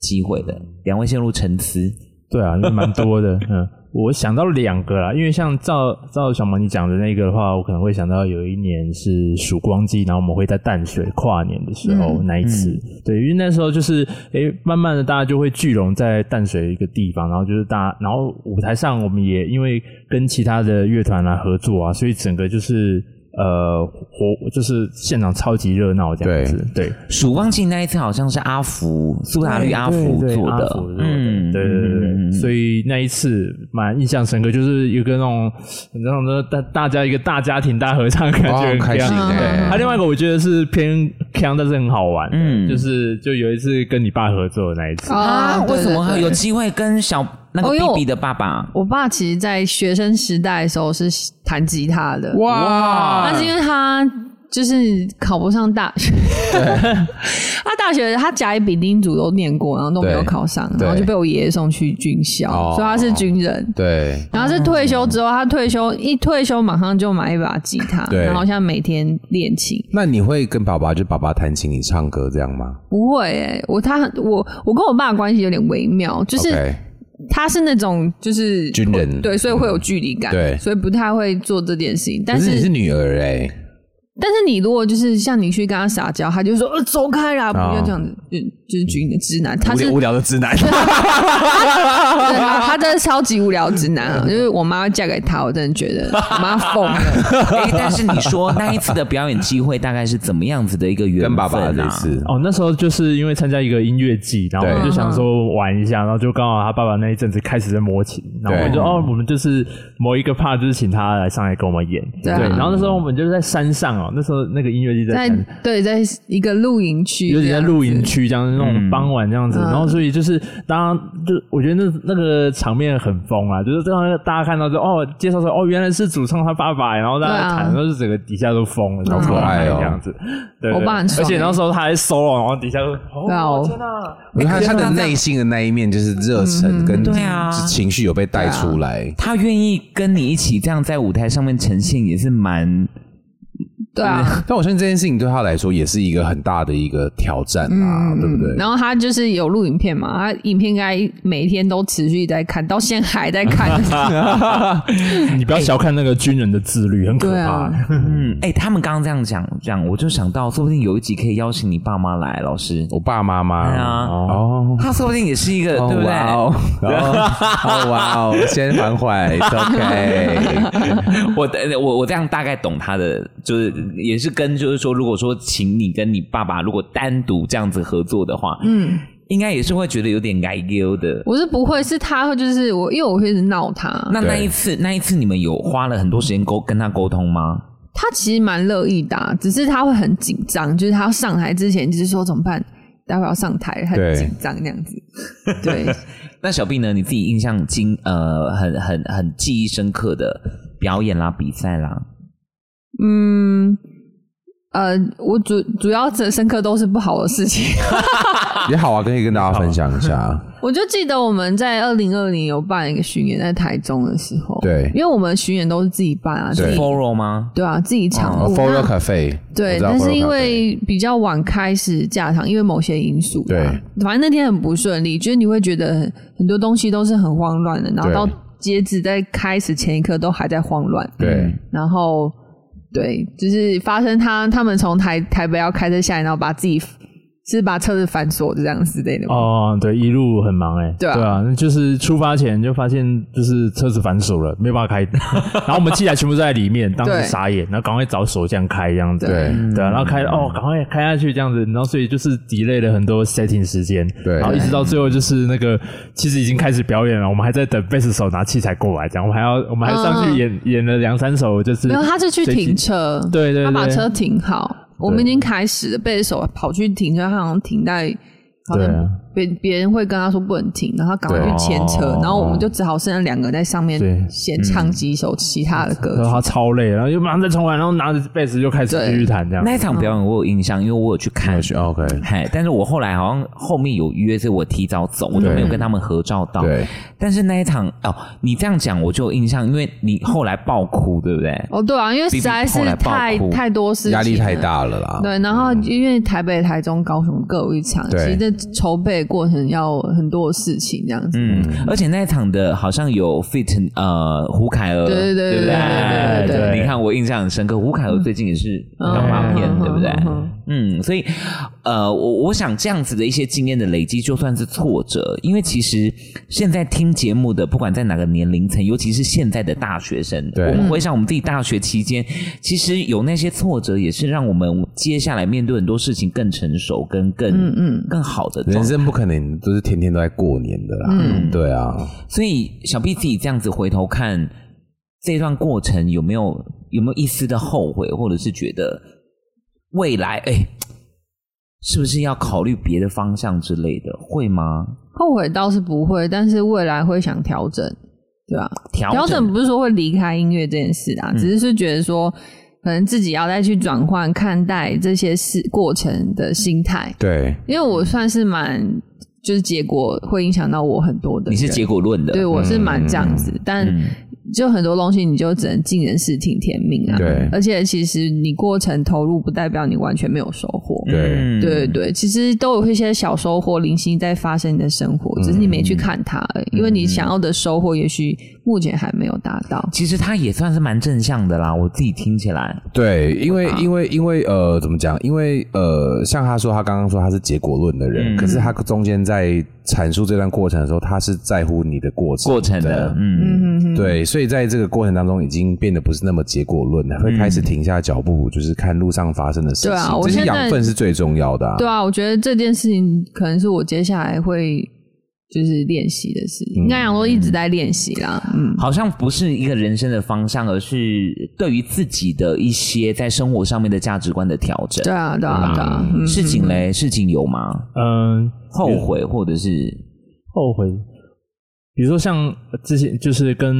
[SPEAKER 3] 机会的。两位陷入沉思，
[SPEAKER 5] 对啊，因为蛮多的。 (laughs) 嗯，我想到两个啦，因为像赵赵小萌你讲的那个的话，我可能会想到有一年是曙光季，然后我们会在淡水跨年的时候、
[SPEAKER 1] 嗯
[SPEAKER 5] 那一次，对，因为那时候就是诶、慢慢的大家就会聚拢在淡水一个地方，然后就是大家，然后舞台上我们也因为跟其他的乐团来合作啊，所以整个就是。呃，活就是现场超级热闹这样子，对，
[SPEAKER 3] 曙光记那一次好像是阿福苏打绿阿福
[SPEAKER 5] 对对
[SPEAKER 3] 做
[SPEAKER 5] 阿
[SPEAKER 3] 的嗯
[SPEAKER 5] 福做，的对对对对，所以那一次蛮印象深刻，就是有个那种那种的大大家一个大家庭大合唱，感
[SPEAKER 2] 哇
[SPEAKER 3] 哦
[SPEAKER 5] 觉很
[SPEAKER 2] 开心
[SPEAKER 5] 强。
[SPEAKER 1] 嗯
[SPEAKER 5] 啊
[SPEAKER 2] 哎、
[SPEAKER 5] 还、另外一个我觉得是偏强，但是很好玩，
[SPEAKER 3] 嗯
[SPEAKER 5] 嗯，就是就有一次跟你爸合作的那一次，
[SPEAKER 1] 啊
[SPEAKER 3] 啊，，为什么
[SPEAKER 1] 对对对
[SPEAKER 3] 有机会跟小那个
[SPEAKER 1] 哦因为
[SPEAKER 3] B
[SPEAKER 1] 我
[SPEAKER 3] B 的爸爸？
[SPEAKER 1] 我爸其实，在学生时代的时候是弹吉他的，
[SPEAKER 2] 哇
[SPEAKER 1] 但是因为他就是考不上大学， (laughs) 他大学他甲乙丙丁组都念过，然后都没有
[SPEAKER 2] 对
[SPEAKER 1] 考上，
[SPEAKER 2] 对
[SPEAKER 1] 然后就被我爷爷送去军校
[SPEAKER 2] 哦，
[SPEAKER 1] 所以他是军人。
[SPEAKER 2] 对
[SPEAKER 1] 然后是退休之后，他退休一退休马上就买一把吉他，
[SPEAKER 2] 对
[SPEAKER 1] 然后现在每天练琴。
[SPEAKER 2] 那你会跟爸爸就爸爸弹琴，你唱歌这样吗？
[SPEAKER 1] 不会诶、我他我我跟我爸的关系有点微妙，就是
[SPEAKER 2] OK，
[SPEAKER 1] 他是那种就是
[SPEAKER 2] 军人
[SPEAKER 1] 对，所以会有距离感，
[SPEAKER 2] 对
[SPEAKER 1] 所以不太会做这件事情。但
[SPEAKER 2] 可是
[SPEAKER 1] 是
[SPEAKER 2] 你是女儿哎、
[SPEAKER 1] 但是你如果就是像你去跟他撒娇，他就说呃走开啦，不
[SPEAKER 2] 哦
[SPEAKER 1] 要这样子，就就是举你的直男，他是
[SPEAKER 2] 聊的
[SPEAKER 1] (laughs)
[SPEAKER 2] 直男，
[SPEAKER 1] 对他 (laughs) 他真的超级无聊直男啊，
[SPEAKER 2] (laughs)
[SPEAKER 1] 就是我妈嫁给他，我真的觉得我妈疯
[SPEAKER 2] (laughs)
[SPEAKER 1] 了。
[SPEAKER 3] 哎，但是你说那一次的表演机会大概是怎么样子的一个缘分
[SPEAKER 2] 跟
[SPEAKER 3] 啊
[SPEAKER 2] 爸爸这次。
[SPEAKER 5] 哦，那时候就是因为参加一个音乐季，然后我
[SPEAKER 2] 对
[SPEAKER 5] 就想说玩一下，然后就刚好他爸爸那一阵子开始在摸琴，然后我
[SPEAKER 2] 对
[SPEAKER 5] 就哦，我们就是某一个 part 就是请他来上来跟我们演，
[SPEAKER 1] 对
[SPEAKER 5] 对，
[SPEAKER 1] 啊
[SPEAKER 5] 然后那时候我们就是在山上哦，那时候那个音乐季在
[SPEAKER 1] 在
[SPEAKER 5] 山上
[SPEAKER 1] 对，在一个露营区，
[SPEAKER 5] 尤其在露营，区这样那种傍晚这样子，
[SPEAKER 1] 嗯
[SPEAKER 5] 然后所以就是当就我觉得那那个场面很疯啊，就是让大家看到说哦，介绍说哦原来是主唱他爸爸，然后大家
[SPEAKER 1] 对啊嗯
[SPEAKER 5] 谈，然后就整个底下都疯了，然后
[SPEAKER 2] 好可爱哦
[SPEAKER 5] 这样子，对，
[SPEAKER 1] 我爸很
[SPEAKER 5] 对
[SPEAKER 1] 爽欸
[SPEAKER 5] 而且那时候他还 solo，然后底下就哦
[SPEAKER 1] 对啊我
[SPEAKER 5] 天哪，
[SPEAKER 2] 我觉得他他 (laughs) 的内心的那一面就是热忱跟
[SPEAKER 3] 对啊
[SPEAKER 2] 情绪有被带出来，
[SPEAKER 3] 他愿意跟你一起这样在舞台上面呈现，也是蛮
[SPEAKER 1] 对啊，
[SPEAKER 2] 但我相信这件事情对他来说也是一个很大的一个挑战啊，
[SPEAKER 3] 嗯
[SPEAKER 2] 对不对？
[SPEAKER 1] 然后他就是有录影片嘛，他影片应该每天都持续在看，到现在还在
[SPEAKER 2] (laughs)
[SPEAKER 1] 看。
[SPEAKER 5] (laughs) 你不要小看那个军人的自律，很可
[SPEAKER 1] 对
[SPEAKER 5] 怕
[SPEAKER 1] 啊。，
[SPEAKER 3] 嗯，哎、他们刚刚这样讲，这样我就想到，说不定有一集可以邀请你爸妈来，老师。
[SPEAKER 2] 我爸妈妈，
[SPEAKER 3] 对啊
[SPEAKER 2] 哦，
[SPEAKER 3] 他说不定也是一个，对不对？
[SPEAKER 2] 哇哦，哦哇哦，先缓缓，it's，OK，
[SPEAKER 3] (laughs) 我的我我这样大概懂他的，就是也是跟就是说，如果说请你跟你爸爸如果单独这样子合作的话，嗯，应该也是会觉得有点该丢的。
[SPEAKER 1] 我是不会，是他会就是我，因为我会一直闹他。
[SPEAKER 3] 那
[SPEAKER 2] 对
[SPEAKER 3] 那一次，那一次你们有花了很多时间沟跟他沟通吗？
[SPEAKER 1] 他其实蛮乐意的啊、只是他会很紧张，就是他要上台之前就是说怎么办，待会要上台，很
[SPEAKER 2] 对
[SPEAKER 1] 紧张那样
[SPEAKER 2] (laughs)
[SPEAKER 1] 子。对，
[SPEAKER 3] 那小 B 呢？你自己印象经呃很很很记忆深刻的表演啦、比赛啦，
[SPEAKER 1] 嗯，呃，我主主要这深刻都是不好的事情。 (laughs)
[SPEAKER 2] 也好啊，可以跟大家分享一下，
[SPEAKER 1] 我就记得我们在二零二零有办一个巡演，在台中的时候，
[SPEAKER 2] 对
[SPEAKER 1] 因为我们巡演都是自己办啊，自
[SPEAKER 2] 对
[SPEAKER 1] 己
[SPEAKER 3] f o r o 吗？
[SPEAKER 1] 对啊，自己场
[SPEAKER 2] 哦
[SPEAKER 1] 务。
[SPEAKER 2] ，Foro
[SPEAKER 1] 那
[SPEAKER 2] Cafe，我
[SPEAKER 1] 对，
[SPEAKER 2] 知道
[SPEAKER 1] 但
[SPEAKER 2] Foro
[SPEAKER 1] 是因
[SPEAKER 2] Cafe
[SPEAKER 1] 为比较晚开始架场，因为某些因素、啊，
[SPEAKER 2] 对，
[SPEAKER 1] 反正那天很不顺利，就是你会觉得很多东西都是很慌乱的，然后
[SPEAKER 2] 对
[SPEAKER 1] 到截止在开始前一刻都还在慌乱，
[SPEAKER 2] 对，
[SPEAKER 3] 嗯
[SPEAKER 1] 然后对，就是发生他他们从台台北要开车下来，然后把自己是把车子反锁这样之类的嘛，
[SPEAKER 5] 哦，对，一路很忙哎、
[SPEAKER 1] 对啊
[SPEAKER 5] 那就是出发前就发现就是车子反锁了，没有办法开， (laughs) 然后我们器材全部都在里面，当时
[SPEAKER 1] 对
[SPEAKER 5] 傻眼，然后赶快找手这样开这样子，
[SPEAKER 2] 对
[SPEAKER 5] 对啊，然后开哦，赶快开下去这样子，然后所以就是 delay 了很多 setting 时间，
[SPEAKER 2] 对
[SPEAKER 5] 然后一直到最后就是那个其实已经开始表演了，我们还在等贝斯手拿器材过来，这样我们还要我们还上去
[SPEAKER 1] 嗯
[SPEAKER 5] 演、演了两三首，就是
[SPEAKER 1] 没有，他是去
[SPEAKER 5] 随机
[SPEAKER 1] 停车，
[SPEAKER 5] 对对对
[SPEAKER 1] 他把车停好。我们已经开始了，背着手跑去停车，他好像停在，好像
[SPEAKER 5] 对啊
[SPEAKER 1] 别别人会跟他说不能停，然后他赶快去牵车，
[SPEAKER 5] 对
[SPEAKER 1] 然后我们就只好剩下两个在上面
[SPEAKER 5] 对嗯
[SPEAKER 1] 先唱几首其他的歌
[SPEAKER 5] 然后
[SPEAKER 1] 曲。
[SPEAKER 5] 他超累，然后又马上再重来，然后拿着贝斯就开始
[SPEAKER 1] 对
[SPEAKER 5] 继续弹这样。
[SPEAKER 3] 那一场表演我有印象，因为我有去哦看。
[SPEAKER 2] ，OK，
[SPEAKER 3] 嗨，但是我后来好像后面有约，所以我提早走，我就没有跟他们合照到。
[SPEAKER 2] 对，
[SPEAKER 3] 但是那一场哦，你这样讲我就有印象，因为你后来爆哭，对不对？
[SPEAKER 1] 哦，对啊，因为实在是
[SPEAKER 3] 比比后来爆
[SPEAKER 1] 太
[SPEAKER 3] 哭
[SPEAKER 1] 太多事情，
[SPEAKER 2] 压力太。大了啦，
[SPEAKER 1] 啊对，然后因为台北、台中、高雄各有一场，其
[SPEAKER 2] 对
[SPEAKER 1] 实这筹备过程要很多事情这样子。
[SPEAKER 3] 嗯，而且那一场的好像有 fit 呃胡凯儿，
[SPEAKER 1] 对对对对
[SPEAKER 3] 不
[SPEAKER 5] 对对对对
[SPEAKER 3] 你看我印象很深刻，胡凯儿最近也是刚发片，
[SPEAKER 1] 嗯
[SPEAKER 3] 对不对
[SPEAKER 1] 嗯嗯嗯？
[SPEAKER 3] 嗯，所以呃，我我想这样子的一些经验的累积，就算是挫折，因为其实现在听节目的，不管在哪个年龄层，尤其是现在的大学生，
[SPEAKER 2] 对
[SPEAKER 3] 我们
[SPEAKER 1] 嗯
[SPEAKER 3] 回想我们自己大学期间，其实有那些挫折，也是让我们接下来面对很多事情更成熟，跟更
[SPEAKER 1] 嗯嗯
[SPEAKER 3] 更好的状
[SPEAKER 2] 人
[SPEAKER 3] 态
[SPEAKER 2] 生不可能都是天天都在过年的啦，
[SPEAKER 1] 嗯
[SPEAKER 2] 对啊，
[SPEAKER 3] 所以小 B 自己这样子回头看这段过程，有没有有没有一丝的后悔，或者是觉得未来哎，是不是要考虑别的方向之类的？会吗？
[SPEAKER 1] 后悔倒是不会，但是未来会想调整，对吧、
[SPEAKER 3] 调
[SPEAKER 1] 调整
[SPEAKER 3] 整嗯
[SPEAKER 1] 不是说会离开音乐这件事啊，只是是觉得说，可能自己要再去转换看待这些事过程的心态，
[SPEAKER 2] 对，
[SPEAKER 1] 因为我算是蛮就是结果会影响到我很多的人，
[SPEAKER 3] 你是结果论的，
[SPEAKER 1] 对我是蛮这样子，但
[SPEAKER 3] 嗯
[SPEAKER 1] 就很多东西你就只能尽人事听天命啊，
[SPEAKER 2] 对
[SPEAKER 1] 而且其实你过程投入不代表你完全没有收获，
[SPEAKER 2] 对
[SPEAKER 3] 嗯
[SPEAKER 1] 对对对，其实都有一些小收获，零星在发生你的生活，只是你没去看它而已，因为你想要的收获，也许目前还没有达到。
[SPEAKER 3] 其实他也算是蛮正向的啦，我自己听起来，
[SPEAKER 2] 对，因为因为因为呃，怎么讲？因为呃，像他说，他刚刚说他是结果论的人，
[SPEAKER 3] 嗯
[SPEAKER 2] 可是他中间在阐述这段过程的时候，他是在乎你的过程
[SPEAKER 3] 过程的，嗯，
[SPEAKER 1] 嗯嗯
[SPEAKER 2] 对，所以在这个过程当中，已经变得不是那么结果论了，会开始停下脚步，就是看路上发生的事情。
[SPEAKER 1] 对啊我
[SPEAKER 2] 这些
[SPEAKER 1] 现在
[SPEAKER 2] 养分是最重要的、啊。
[SPEAKER 1] 对啊，我觉得这件事情可能是我接下来会就是练习的事，应该讲说一直在练习啦。嗯，
[SPEAKER 3] 好像不是一个人生的方向，而是对于自己的一些在生活上面的价值观的调整
[SPEAKER 1] 对。啊，对啊，对啊。嗯
[SPEAKER 3] 事情嘞，事情有吗？
[SPEAKER 5] 嗯，
[SPEAKER 3] 后悔或者是
[SPEAKER 5] 后悔，比如说像之前就是跟，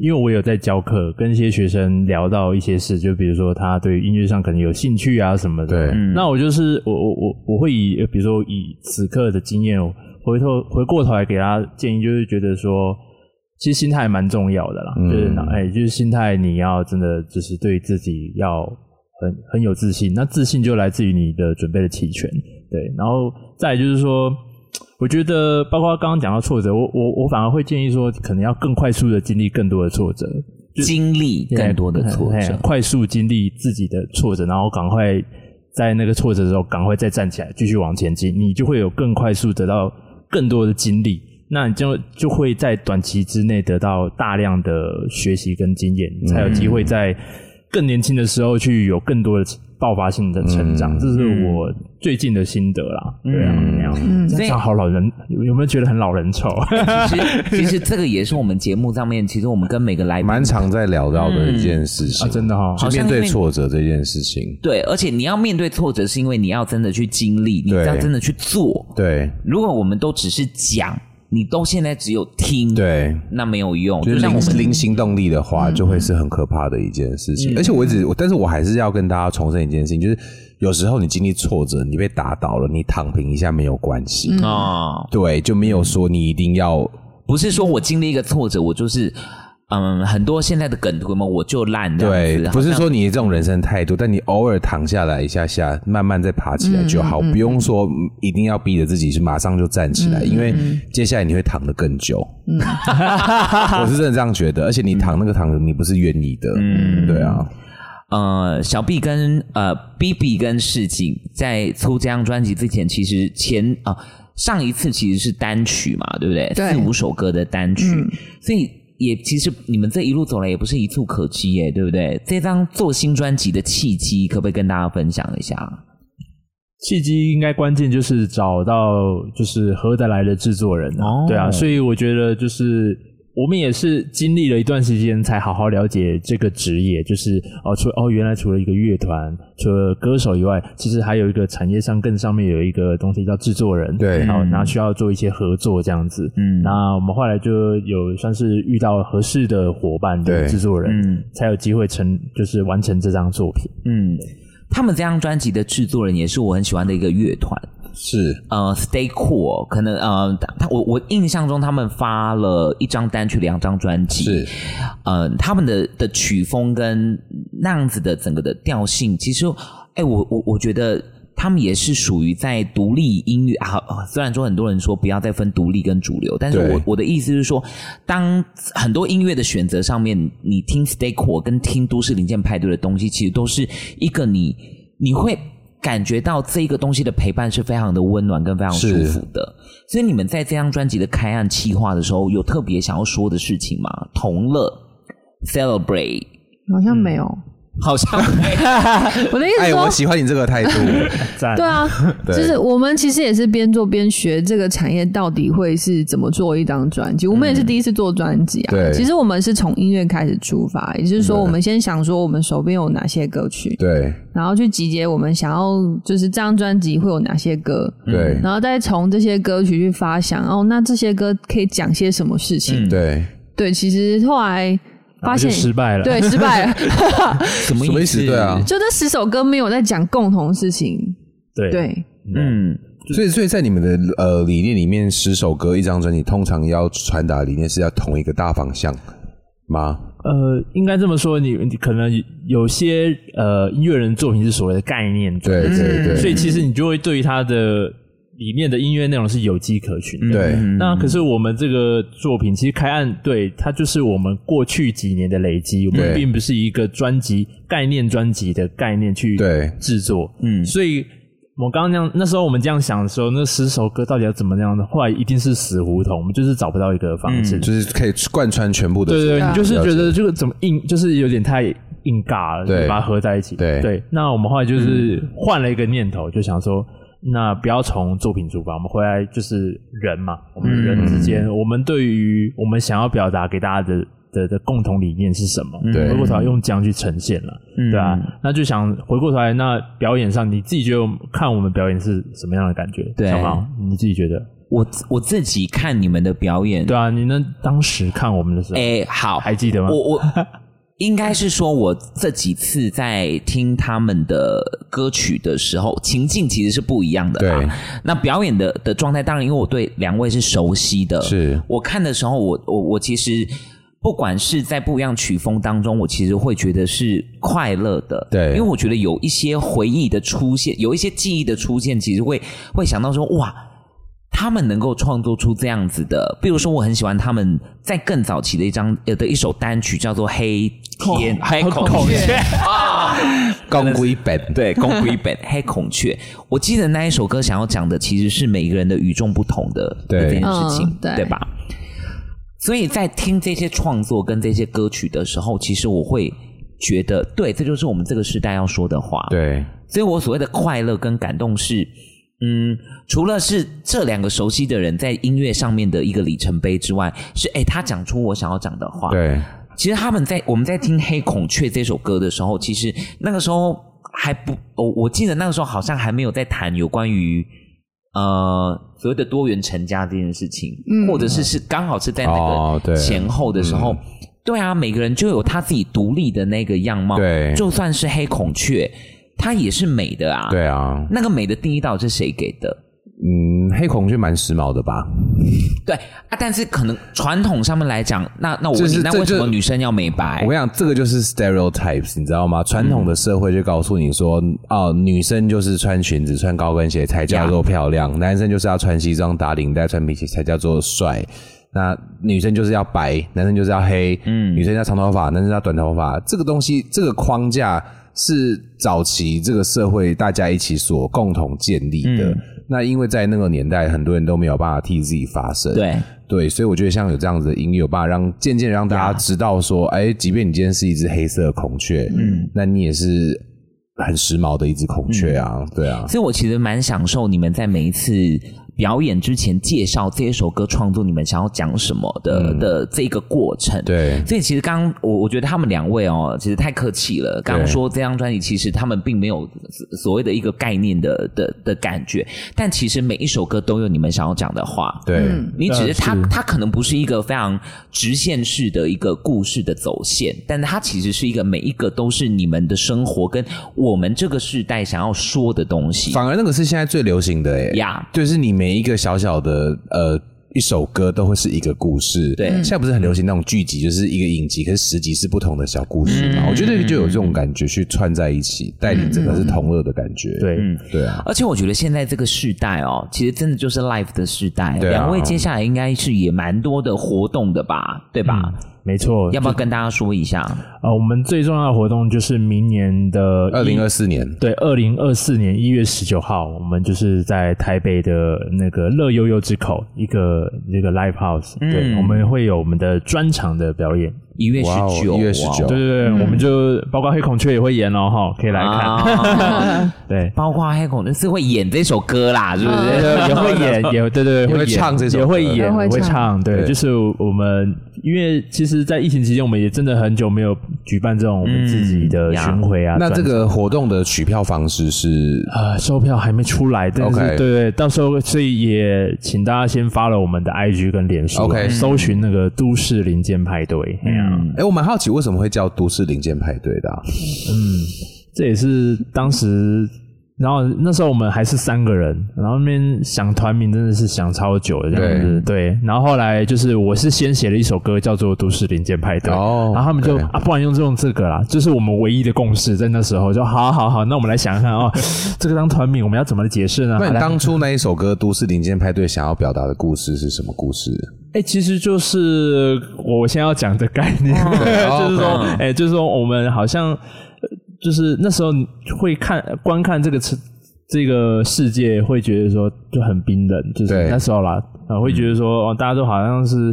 [SPEAKER 5] 因为我有在教课，跟一些学生聊到一些事，就比如说他对于音乐上可能有兴趣啊什么的。
[SPEAKER 2] 对嗯
[SPEAKER 5] 那我就是我我我我会以，呃比如说以此刻的经验，我回头回过头来给他建议，就是觉得说。其实心态蛮重要的啦，
[SPEAKER 2] 嗯
[SPEAKER 5] 就是哎、就是心态，你要真的就是对自己要很很有自信。那自信就来自于你的准备的齐全，对。然后再来就是说，我觉得包括刚刚讲到挫折，我我我反而会建议说，可能要更快速的经历更多的挫折，
[SPEAKER 3] 经历更多的挫
[SPEAKER 5] 嘿
[SPEAKER 3] 折
[SPEAKER 5] 嘿。快速经历自己的挫折，然后赶快在那个挫折的时候赶快再站起来，继续往前进，你就会有更快速得到更多的经历，那你就就会在短期之内得到大量的学习跟经验，才有机会在更年轻的时候去有更多的爆发性的成长。
[SPEAKER 2] 嗯
[SPEAKER 5] 这是我最近的心得啦。对啊，那样、
[SPEAKER 1] 嗯
[SPEAKER 5] 这样好老人，有有没有觉得很老人丑？
[SPEAKER 3] 其实 (laughs) 其实这个也是我们节目上面，其实我们跟每个来宾
[SPEAKER 2] 蛮常在聊到的一件事
[SPEAKER 3] 嗯
[SPEAKER 2] 情，
[SPEAKER 5] 啊真的哈
[SPEAKER 2] 去
[SPEAKER 3] 好像
[SPEAKER 2] 面对
[SPEAKER 3] 因为
[SPEAKER 2] 挫折这件事情，
[SPEAKER 3] 对，而且你要面对挫折，是因为你要真的去经历，你
[SPEAKER 2] 对
[SPEAKER 3] 要真的去做。
[SPEAKER 2] 对
[SPEAKER 3] 如果我们都只是讲，你都现在只有听，，
[SPEAKER 2] 对，
[SPEAKER 3] 那没有用。
[SPEAKER 2] 就
[SPEAKER 3] 哦就是像我
[SPEAKER 2] 零
[SPEAKER 3] 们嗯
[SPEAKER 2] 零行动力的话，就会是很可怕的一件事情。而且我一直，我但是我还是要跟大家重申一件事情，就是有时候你经历挫折，你被打倒了，你躺平一下没有关系，
[SPEAKER 3] 啊、
[SPEAKER 2] 对，就没有说你一定要
[SPEAKER 3] 不是说我经历一个挫折，我就是嗯，很多现在的梗图嘛，我就烂这样
[SPEAKER 2] 对
[SPEAKER 3] 子，，
[SPEAKER 2] 不是
[SPEAKER 3] 好像
[SPEAKER 2] 说你这种人生态度，但你偶尔躺下来一下下，慢慢再爬起来就
[SPEAKER 3] 嗯
[SPEAKER 2] 好，不用说一定要逼着自己是马上就站起
[SPEAKER 3] 嗯
[SPEAKER 2] 来，因为接下来你会躺得更久。 (laughs) 我是真的这样觉得，而且你躺那个躺，你不是愿意的。嗯，对啊，
[SPEAKER 3] 呃，小 B 跟呃 B B 跟世锦在出这张专辑之前，其实前啊、上一次其实是单曲嘛，对不对？嗯
[SPEAKER 1] 对
[SPEAKER 3] 四五首歌的单曲，所以也其实你们这一路走来也不是一触可及耶，对不对？这张做新专辑的契机，可不可以跟大家分享一下？
[SPEAKER 5] 契机应该关键就是找到就是合得来的制作人、啊，
[SPEAKER 3] 哦
[SPEAKER 5] 对啊，所以我觉得就是我们也是经历了一段时间才好好了解这个职业，就是哦，除哦原来除了一个乐团，除了歌手以外，其实还有一个产业上更上面有一个东西叫制作人，
[SPEAKER 2] 对
[SPEAKER 5] 然后然后需要做一些合作这样子，
[SPEAKER 3] 嗯
[SPEAKER 5] 那我们后来就有算是遇到合适的伙伴
[SPEAKER 2] 对
[SPEAKER 5] 的制作人，
[SPEAKER 3] 嗯
[SPEAKER 5] 才有机会成就是完成这张作品。
[SPEAKER 3] 嗯，他们这张专辑的制作人也是我很喜欢的一个乐团，
[SPEAKER 2] 是
[SPEAKER 3] 呃，Stay Cool，可能呃，他他我我印象中他们发了一张单曲、两张专辑，
[SPEAKER 2] 是，
[SPEAKER 3] 呃，他们的的曲风跟那样子的整个的调性，其实，哎，我我我觉得。他们也是属于在独立音乐啊，啊虽然说很多人说不要再分独立跟主流，但是
[SPEAKER 2] 对
[SPEAKER 3] 我我的意思是说，当很多音乐的选择上面，你听 Stay Cool 跟听都市零件派对的东西，其实都是一个你你会感觉到这一个东西的陪伴是非常的温暖跟非常舒
[SPEAKER 2] 是
[SPEAKER 3] 服的。所以你们在这张专辑的开案企划的时候，有特别想要说的事情吗？同乐，celebrate，
[SPEAKER 1] 好像没有。
[SPEAKER 2] (laughs)
[SPEAKER 3] 好像没有
[SPEAKER 1] 我的意思
[SPEAKER 2] 哎，
[SPEAKER 1] 说
[SPEAKER 2] 我，喜欢你这个
[SPEAKER 3] (laughs)
[SPEAKER 2] 态度。
[SPEAKER 5] 赞
[SPEAKER 1] 对啊，
[SPEAKER 2] 对
[SPEAKER 1] 就是我们其实也是边做边学这个产业到底会是怎么做一张专辑。我们也是第一次做专辑啊，
[SPEAKER 2] 对
[SPEAKER 1] 其实我们是从音乐开始出发，也就是说，
[SPEAKER 2] 对
[SPEAKER 1] 我们先想说我们手边有哪些歌曲，
[SPEAKER 2] 对
[SPEAKER 1] 然后去集结我们想要就是这张专辑会有哪些歌，
[SPEAKER 3] 嗯
[SPEAKER 2] 对
[SPEAKER 1] 然后再从这些歌曲去发想哦，那这些歌可以讲些什么事情？
[SPEAKER 2] 嗯对，
[SPEAKER 1] 对，其实后来发
[SPEAKER 5] 然后啊
[SPEAKER 1] 现
[SPEAKER 5] 就失败了，
[SPEAKER 1] 对失败了， (laughs)
[SPEAKER 3] 什么
[SPEAKER 2] 什么意思？对啊，
[SPEAKER 1] 就这十首歌没有在讲共同事情，
[SPEAKER 5] (laughs) 对
[SPEAKER 1] 对，
[SPEAKER 3] 嗯，
[SPEAKER 2] 所以所以在你们的呃理念里面，十首歌一张专辑，通常要传达的理念是要同一个大方向吗？
[SPEAKER 5] 呃，应该这么说，你你可能有些呃音乐人作品是所谓的概念作，
[SPEAKER 2] 对对对，
[SPEAKER 5] 所以其实你就会对于他的里面的音乐内容是有迹可循的。
[SPEAKER 2] 对
[SPEAKER 5] 那可是我们这个作品，其实开案对它就是我们过去几年的累积，我
[SPEAKER 2] 对
[SPEAKER 5] 们并不是一个专辑概念专辑的概念去
[SPEAKER 2] 对
[SPEAKER 5] 制作，
[SPEAKER 3] 嗯
[SPEAKER 5] 所以我刚刚那样，那时候我们这样想的时候，那十首歌到底要怎么样的，后来一定是死胡同，我们就是找不到一个方式，
[SPEAKER 2] 就是可以贯穿全部的
[SPEAKER 5] 对
[SPEAKER 2] 作品。
[SPEAKER 5] 对对，你就是
[SPEAKER 2] 了解
[SPEAKER 5] 觉得这个怎么硬，就是有点太硬尬了，
[SPEAKER 2] 对
[SPEAKER 5] 就把它合在一起。
[SPEAKER 2] 对嗯
[SPEAKER 5] 对，那我们后来就是换了一个念头，就想说，嗯那不要从作品出发，我们回来就是人嘛，我们人之间，
[SPEAKER 2] 嗯
[SPEAKER 5] 我们对于我们想要表达给大家的。的的共同理念是什么？
[SPEAKER 2] 对嗯
[SPEAKER 5] 回过头来用这样去呈现了，
[SPEAKER 3] 嗯
[SPEAKER 5] 对啊，那就想回过头来，那表演上你自己觉得我们看我们表演是什么样的感觉？
[SPEAKER 3] 对
[SPEAKER 5] 小毛，你自己觉得？
[SPEAKER 3] 我我自己看你们的表演，
[SPEAKER 5] 对啊，你那当时看我们的时候，
[SPEAKER 3] 哎，好，
[SPEAKER 5] 还记得吗？
[SPEAKER 3] 我我应该是说，我这几次在听他们的歌曲的时候，情境其实是不一样的啦。
[SPEAKER 2] 对
[SPEAKER 3] 那表演的的状态，当然因为我对两位是熟悉的，
[SPEAKER 2] 是
[SPEAKER 3] 我看的时候我，我我其实。不管是在不一样曲风当中，我其实会觉得是快乐的，
[SPEAKER 2] 对
[SPEAKER 3] 因为我觉得有一些回忆的出现，有一些记忆的出现，其实会会想到说，哇，他们能够创作出这样子的，比如说我很喜欢他们在更早期的一张呃的一首单曲叫做《黑天》，黑孔雀啊，
[SPEAKER 2] 钢规本
[SPEAKER 3] (laughs) 对，公龟本黑孔雀。我记得那一首歌想要讲的其实是每个人的与众不同的
[SPEAKER 2] 对
[SPEAKER 3] 的这件事情，
[SPEAKER 1] 嗯对
[SPEAKER 3] 对吧？所以在听这些创作跟这些歌曲的时候，其实我会觉得，对，这就是我们这个时代要说的话。，
[SPEAKER 2] 对
[SPEAKER 3] 所以我所谓的快乐跟感动是，嗯，除了是这两个熟悉的人在音乐上面的一个里程碑之外，是哎，他讲出我想要讲的话。
[SPEAKER 2] 对
[SPEAKER 3] 其实他们在我们在听《黑孔雀》这首歌的时候，其实那个时候还不，我、我记得那个时候好像还没有在谈有关于呃所谓的多元成家这件事情，
[SPEAKER 1] 嗯
[SPEAKER 3] 或者是是刚好是在那
[SPEAKER 2] 哦对
[SPEAKER 3] 个前后的时候。
[SPEAKER 2] 嗯
[SPEAKER 3] 对啊，每个人就有他自己独立的那个样貌。
[SPEAKER 2] 对
[SPEAKER 3] 就算是黑孔雀，它也是美的啊。
[SPEAKER 2] 对，啊，
[SPEAKER 3] 那个美的定义到底是谁给的？
[SPEAKER 2] 嗯，黑孔雀蛮时髦的吧？
[SPEAKER 3] 对啊，但是可能传统上面来讲，那那我问
[SPEAKER 2] 这
[SPEAKER 3] 你，
[SPEAKER 2] 是
[SPEAKER 3] 那
[SPEAKER 2] 这
[SPEAKER 3] 为什
[SPEAKER 2] 就
[SPEAKER 3] 么女生要美白
[SPEAKER 2] 我跟？你讲，这个就是 stereotypes，你知道吗？传统的社会就告诉你说，哦，女生就是穿裙子、穿高跟鞋才叫做漂亮，男生就是要穿西装、打领带、穿皮鞋才叫做帅。那女生就是要白，男生就是要黑，嗯，女生要长头发，男生要短头发。这个东西，这个框架是早期这个社会大家一起所共同建立的。那因为在那个年代，很多人都没有办法替自己发声，
[SPEAKER 3] 对，
[SPEAKER 2] 对，所以我觉得像有这样子的音乐，有办法让渐渐让大家知道说，哎、即便你今天是一只黑色的孔雀，嗯，那你也是很时髦的一只孔雀啊，对啊，
[SPEAKER 3] 所以我其实蛮享受你们在每一次表演之前介绍这一首歌创作，你们想要讲什么的、的这个过程。。
[SPEAKER 2] 对，
[SPEAKER 3] 所以其实刚刚我我觉得他们两位哦，其实太客气了。刚刚说这张专辑，其实他们并没有所所谓的一个概念的的的感觉，但其实每一首歌都有你们想要讲的话。
[SPEAKER 2] 对，
[SPEAKER 1] 嗯
[SPEAKER 3] 你只是它
[SPEAKER 5] 是
[SPEAKER 3] 它可能不是一个非常直线式的一个故事的走线，但它其实是一个每一个都是你们的生活跟我们这个世代想要说的东西。
[SPEAKER 2] 反而那个是现在最流行的哎、
[SPEAKER 3] 呀
[SPEAKER 2] 就是你每一个小小的呃。一首歌都会是一个故事，
[SPEAKER 3] 对
[SPEAKER 2] 现在不是很流行那种剧集，就是一个影集，可是十集是不同的小故事嘛？我觉得就有这种感觉去串在一起，带领整个是同乐的感觉。
[SPEAKER 5] 对，
[SPEAKER 2] 对啊，
[SPEAKER 3] 而且我觉得现在这个世代哦，其实真的就是 live 的世代。
[SPEAKER 2] 对啊
[SPEAKER 3] 两位接下来应该是也蛮多的活动的吧，对吧？
[SPEAKER 5] 没错。
[SPEAKER 3] 要不要跟大家说一下？
[SPEAKER 5] 呃，我们最重要的活动就是明年的
[SPEAKER 2] 二零二四年，
[SPEAKER 5] 对，二零二四年一月十九号，我们就是在台北的那个乐悠悠之口一个那个 live house，、对，我们会有我们的专场的表演。
[SPEAKER 3] 一月十
[SPEAKER 2] 哇哦
[SPEAKER 3] 九，
[SPEAKER 2] 1月19
[SPEAKER 5] 对对对，我们就包括黑孔雀也会演哦，哈，可以来
[SPEAKER 3] (laughs)
[SPEAKER 5] 看。
[SPEAKER 3] 啊
[SPEAKER 5] 对，
[SPEAKER 3] 包括黑孔就是会演这首歌啦，是不是？
[SPEAKER 5] 也会演，也对对对，
[SPEAKER 2] 会
[SPEAKER 5] 演
[SPEAKER 2] 唱这首
[SPEAKER 5] 也会
[SPEAKER 2] 歌
[SPEAKER 5] 演，
[SPEAKER 1] 也会
[SPEAKER 5] 也会
[SPEAKER 1] 唱
[SPEAKER 5] 唱。对，
[SPEAKER 2] 对
[SPEAKER 5] 就是我们，因为其实，在疫情期间，我们也真的很久没有举办这种我们自己的
[SPEAKER 3] 嗯呀
[SPEAKER 5] 巡回啊。
[SPEAKER 2] 那这
[SPEAKER 5] 专
[SPEAKER 2] 个活动的取票方式是
[SPEAKER 5] 呃，售票还没出来，但是
[SPEAKER 2] OK
[SPEAKER 5] 对对，到时候所以也请大家先发了我们的 IG 跟脸书啊
[SPEAKER 2] OK
[SPEAKER 5] 搜寻那个都市零件派对。哎呀、
[SPEAKER 2] 哎、我蛮好奇为什么会叫都市零件派对的、啊？
[SPEAKER 5] 这也是当时，然后那时候我们还是三个人，然后那边想团名真的是想超久的这样子，对。然后后来就是我是先写了一首歌叫做《都市零件派对》，
[SPEAKER 2] 哦
[SPEAKER 5] 然后他们就
[SPEAKER 2] OK
[SPEAKER 5] 啊，不然用这用这个啦，就是我们唯一的共识，在那时候就好好好，那我们来想想看哦，这个当团名我们要怎么解释
[SPEAKER 2] 那
[SPEAKER 5] 呢？啊好
[SPEAKER 2] 你
[SPEAKER 5] 来
[SPEAKER 2] 当初那一首歌《都市零件派对》想要表达的故事是什么故事？
[SPEAKER 5] 哎、其实就是我先要讲的概念， (laughs) 就是说，
[SPEAKER 2] 哦
[SPEAKER 5] 哎、就是说我们好像呃就是那时候你会看观看这个世这个世界，会觉得说就很冰冷，就是
[SPEAKER 2] 对嗯
[SPEAKER 5] 那时候啦，啊，会觉得说、哦，大家都好像是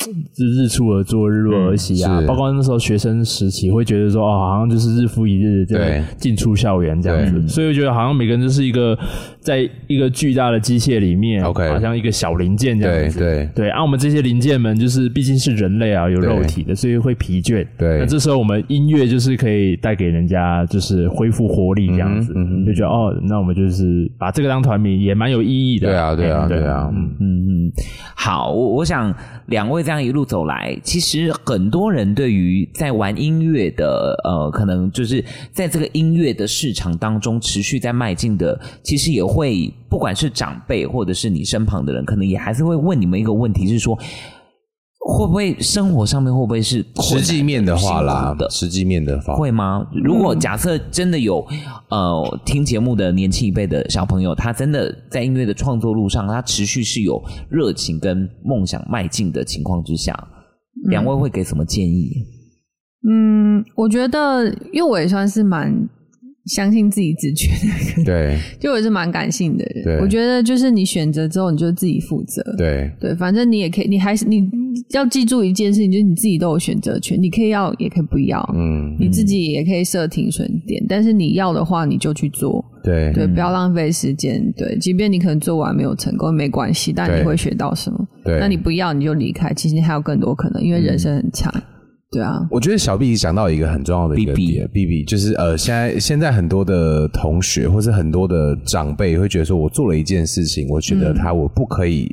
[SPEAKER 5] 就日出而作，日落而息啊，
[SPEAKER 2] 嗯是
[SPEAKER 5] 包括那时候学生时期，会觉得说哦，好像就是日复一日这
[SPEAKER 2] 对
[SPEAKER 5] 样进出校园这样
[SPEAKER 2] 对
[SPEAKER 5] 子，所以我觉得好像每个人就是一个在一个巨大的机械里面
[SPEAKER 2] OK
[SPEAKER 5] 好像一个小零件这样
[SPEAKER 2] 对
[SPEAKER 5] 子，
[SPEAKER 2] 对
[SPEAKER 5] 对，啊，我们这些零件们就是毕竟是人类啊，有肉体的，所以会疲倦。
[SPEAKER 2] 对
[SPEAKER 5] 那这时候我们音乐就是可以带给人家就是恢复活力这样子，
[SPEAKER 2] 嗯哼嗯哼
[SPEAKER 5] 就觉得哦，那我们就是把这个当团名也蛮有意义的。
[SPEAKER 2] 对啊对啊
[SPEAKER 5] 嗯
[SPEAKER 2] 对啊！
[SPEAKER 5] 嗯
[SPEAKER 2] 嗯
[SPEAKER 3] 嗯，嗯，好，我我想两位这样一路走来，其实很多人对于在玩音乐的呃，可能就是在这个音乐的市场当中持续在迈进的，其实也会不管是长辈或者是你身旁的人，可能也还是会问你们一个问题，是说。会不会生活上面会不会是困难
[SPEAKER 2] 实际面的话
[SPEAKER 3] 辛
[SPEAKER 2] 啦
[SPEAKER 3] 苦的，
[SPEAKER 2] 实际面的话，
[SPEAKER 3] 会吗？如果
[SPEAKER 1] 嗯
[SPEAKER 3] 假设真的有呃听节目的年轻一辈的小朋友，他真的在音乐的创作路上，他持续是有热情跟梦想迈进的情况之下，两位会给什么建议？
[SPEAKER 1] 嗯，我觉得，因为我也算是蛮相信自己直觉的人， (laughs)
[SPEAKER 2] 对
[SPEAKER 1] 就我也是蛮感性的
[SPEAKER 2] 对
[SPEAKER 1] 人。我觉得就是你选择之后，你就自己负责。
[SPEAKER 2] 对
[SPEAKER 1] 对，反正你也可以，你还是你要记住一件事情，就是你自己都有选择权，你可以要，也可以不要。
[SPEAKER 2] 嗯
[SPEAKER 1] 你自己也可以设停损点，但是你要的话，你就去做，
[SPEAKER 2] 对
[SPEAKER 1] 对，不要浪费时间，对，即便你可能做完没有成功，没关系，但
[SPEAKER 2] 对
[SPEAKER 1] 你会学到什么？
[SPEAKER 2] 对，嗯
[SPEAKER 1] 那你不要你就离开，其实你还有更多可能，因为人生很长，对啊，
[SPEAKER 2] 我觉得小 B 讲到一个很重要的一个
[SPEAKER 3] BB
[SPEAKER 2] 点，B B 就是呃，现在现在很多的同学或是很多的长辈会觉得说，我做了一件事情，我觉得他我不可以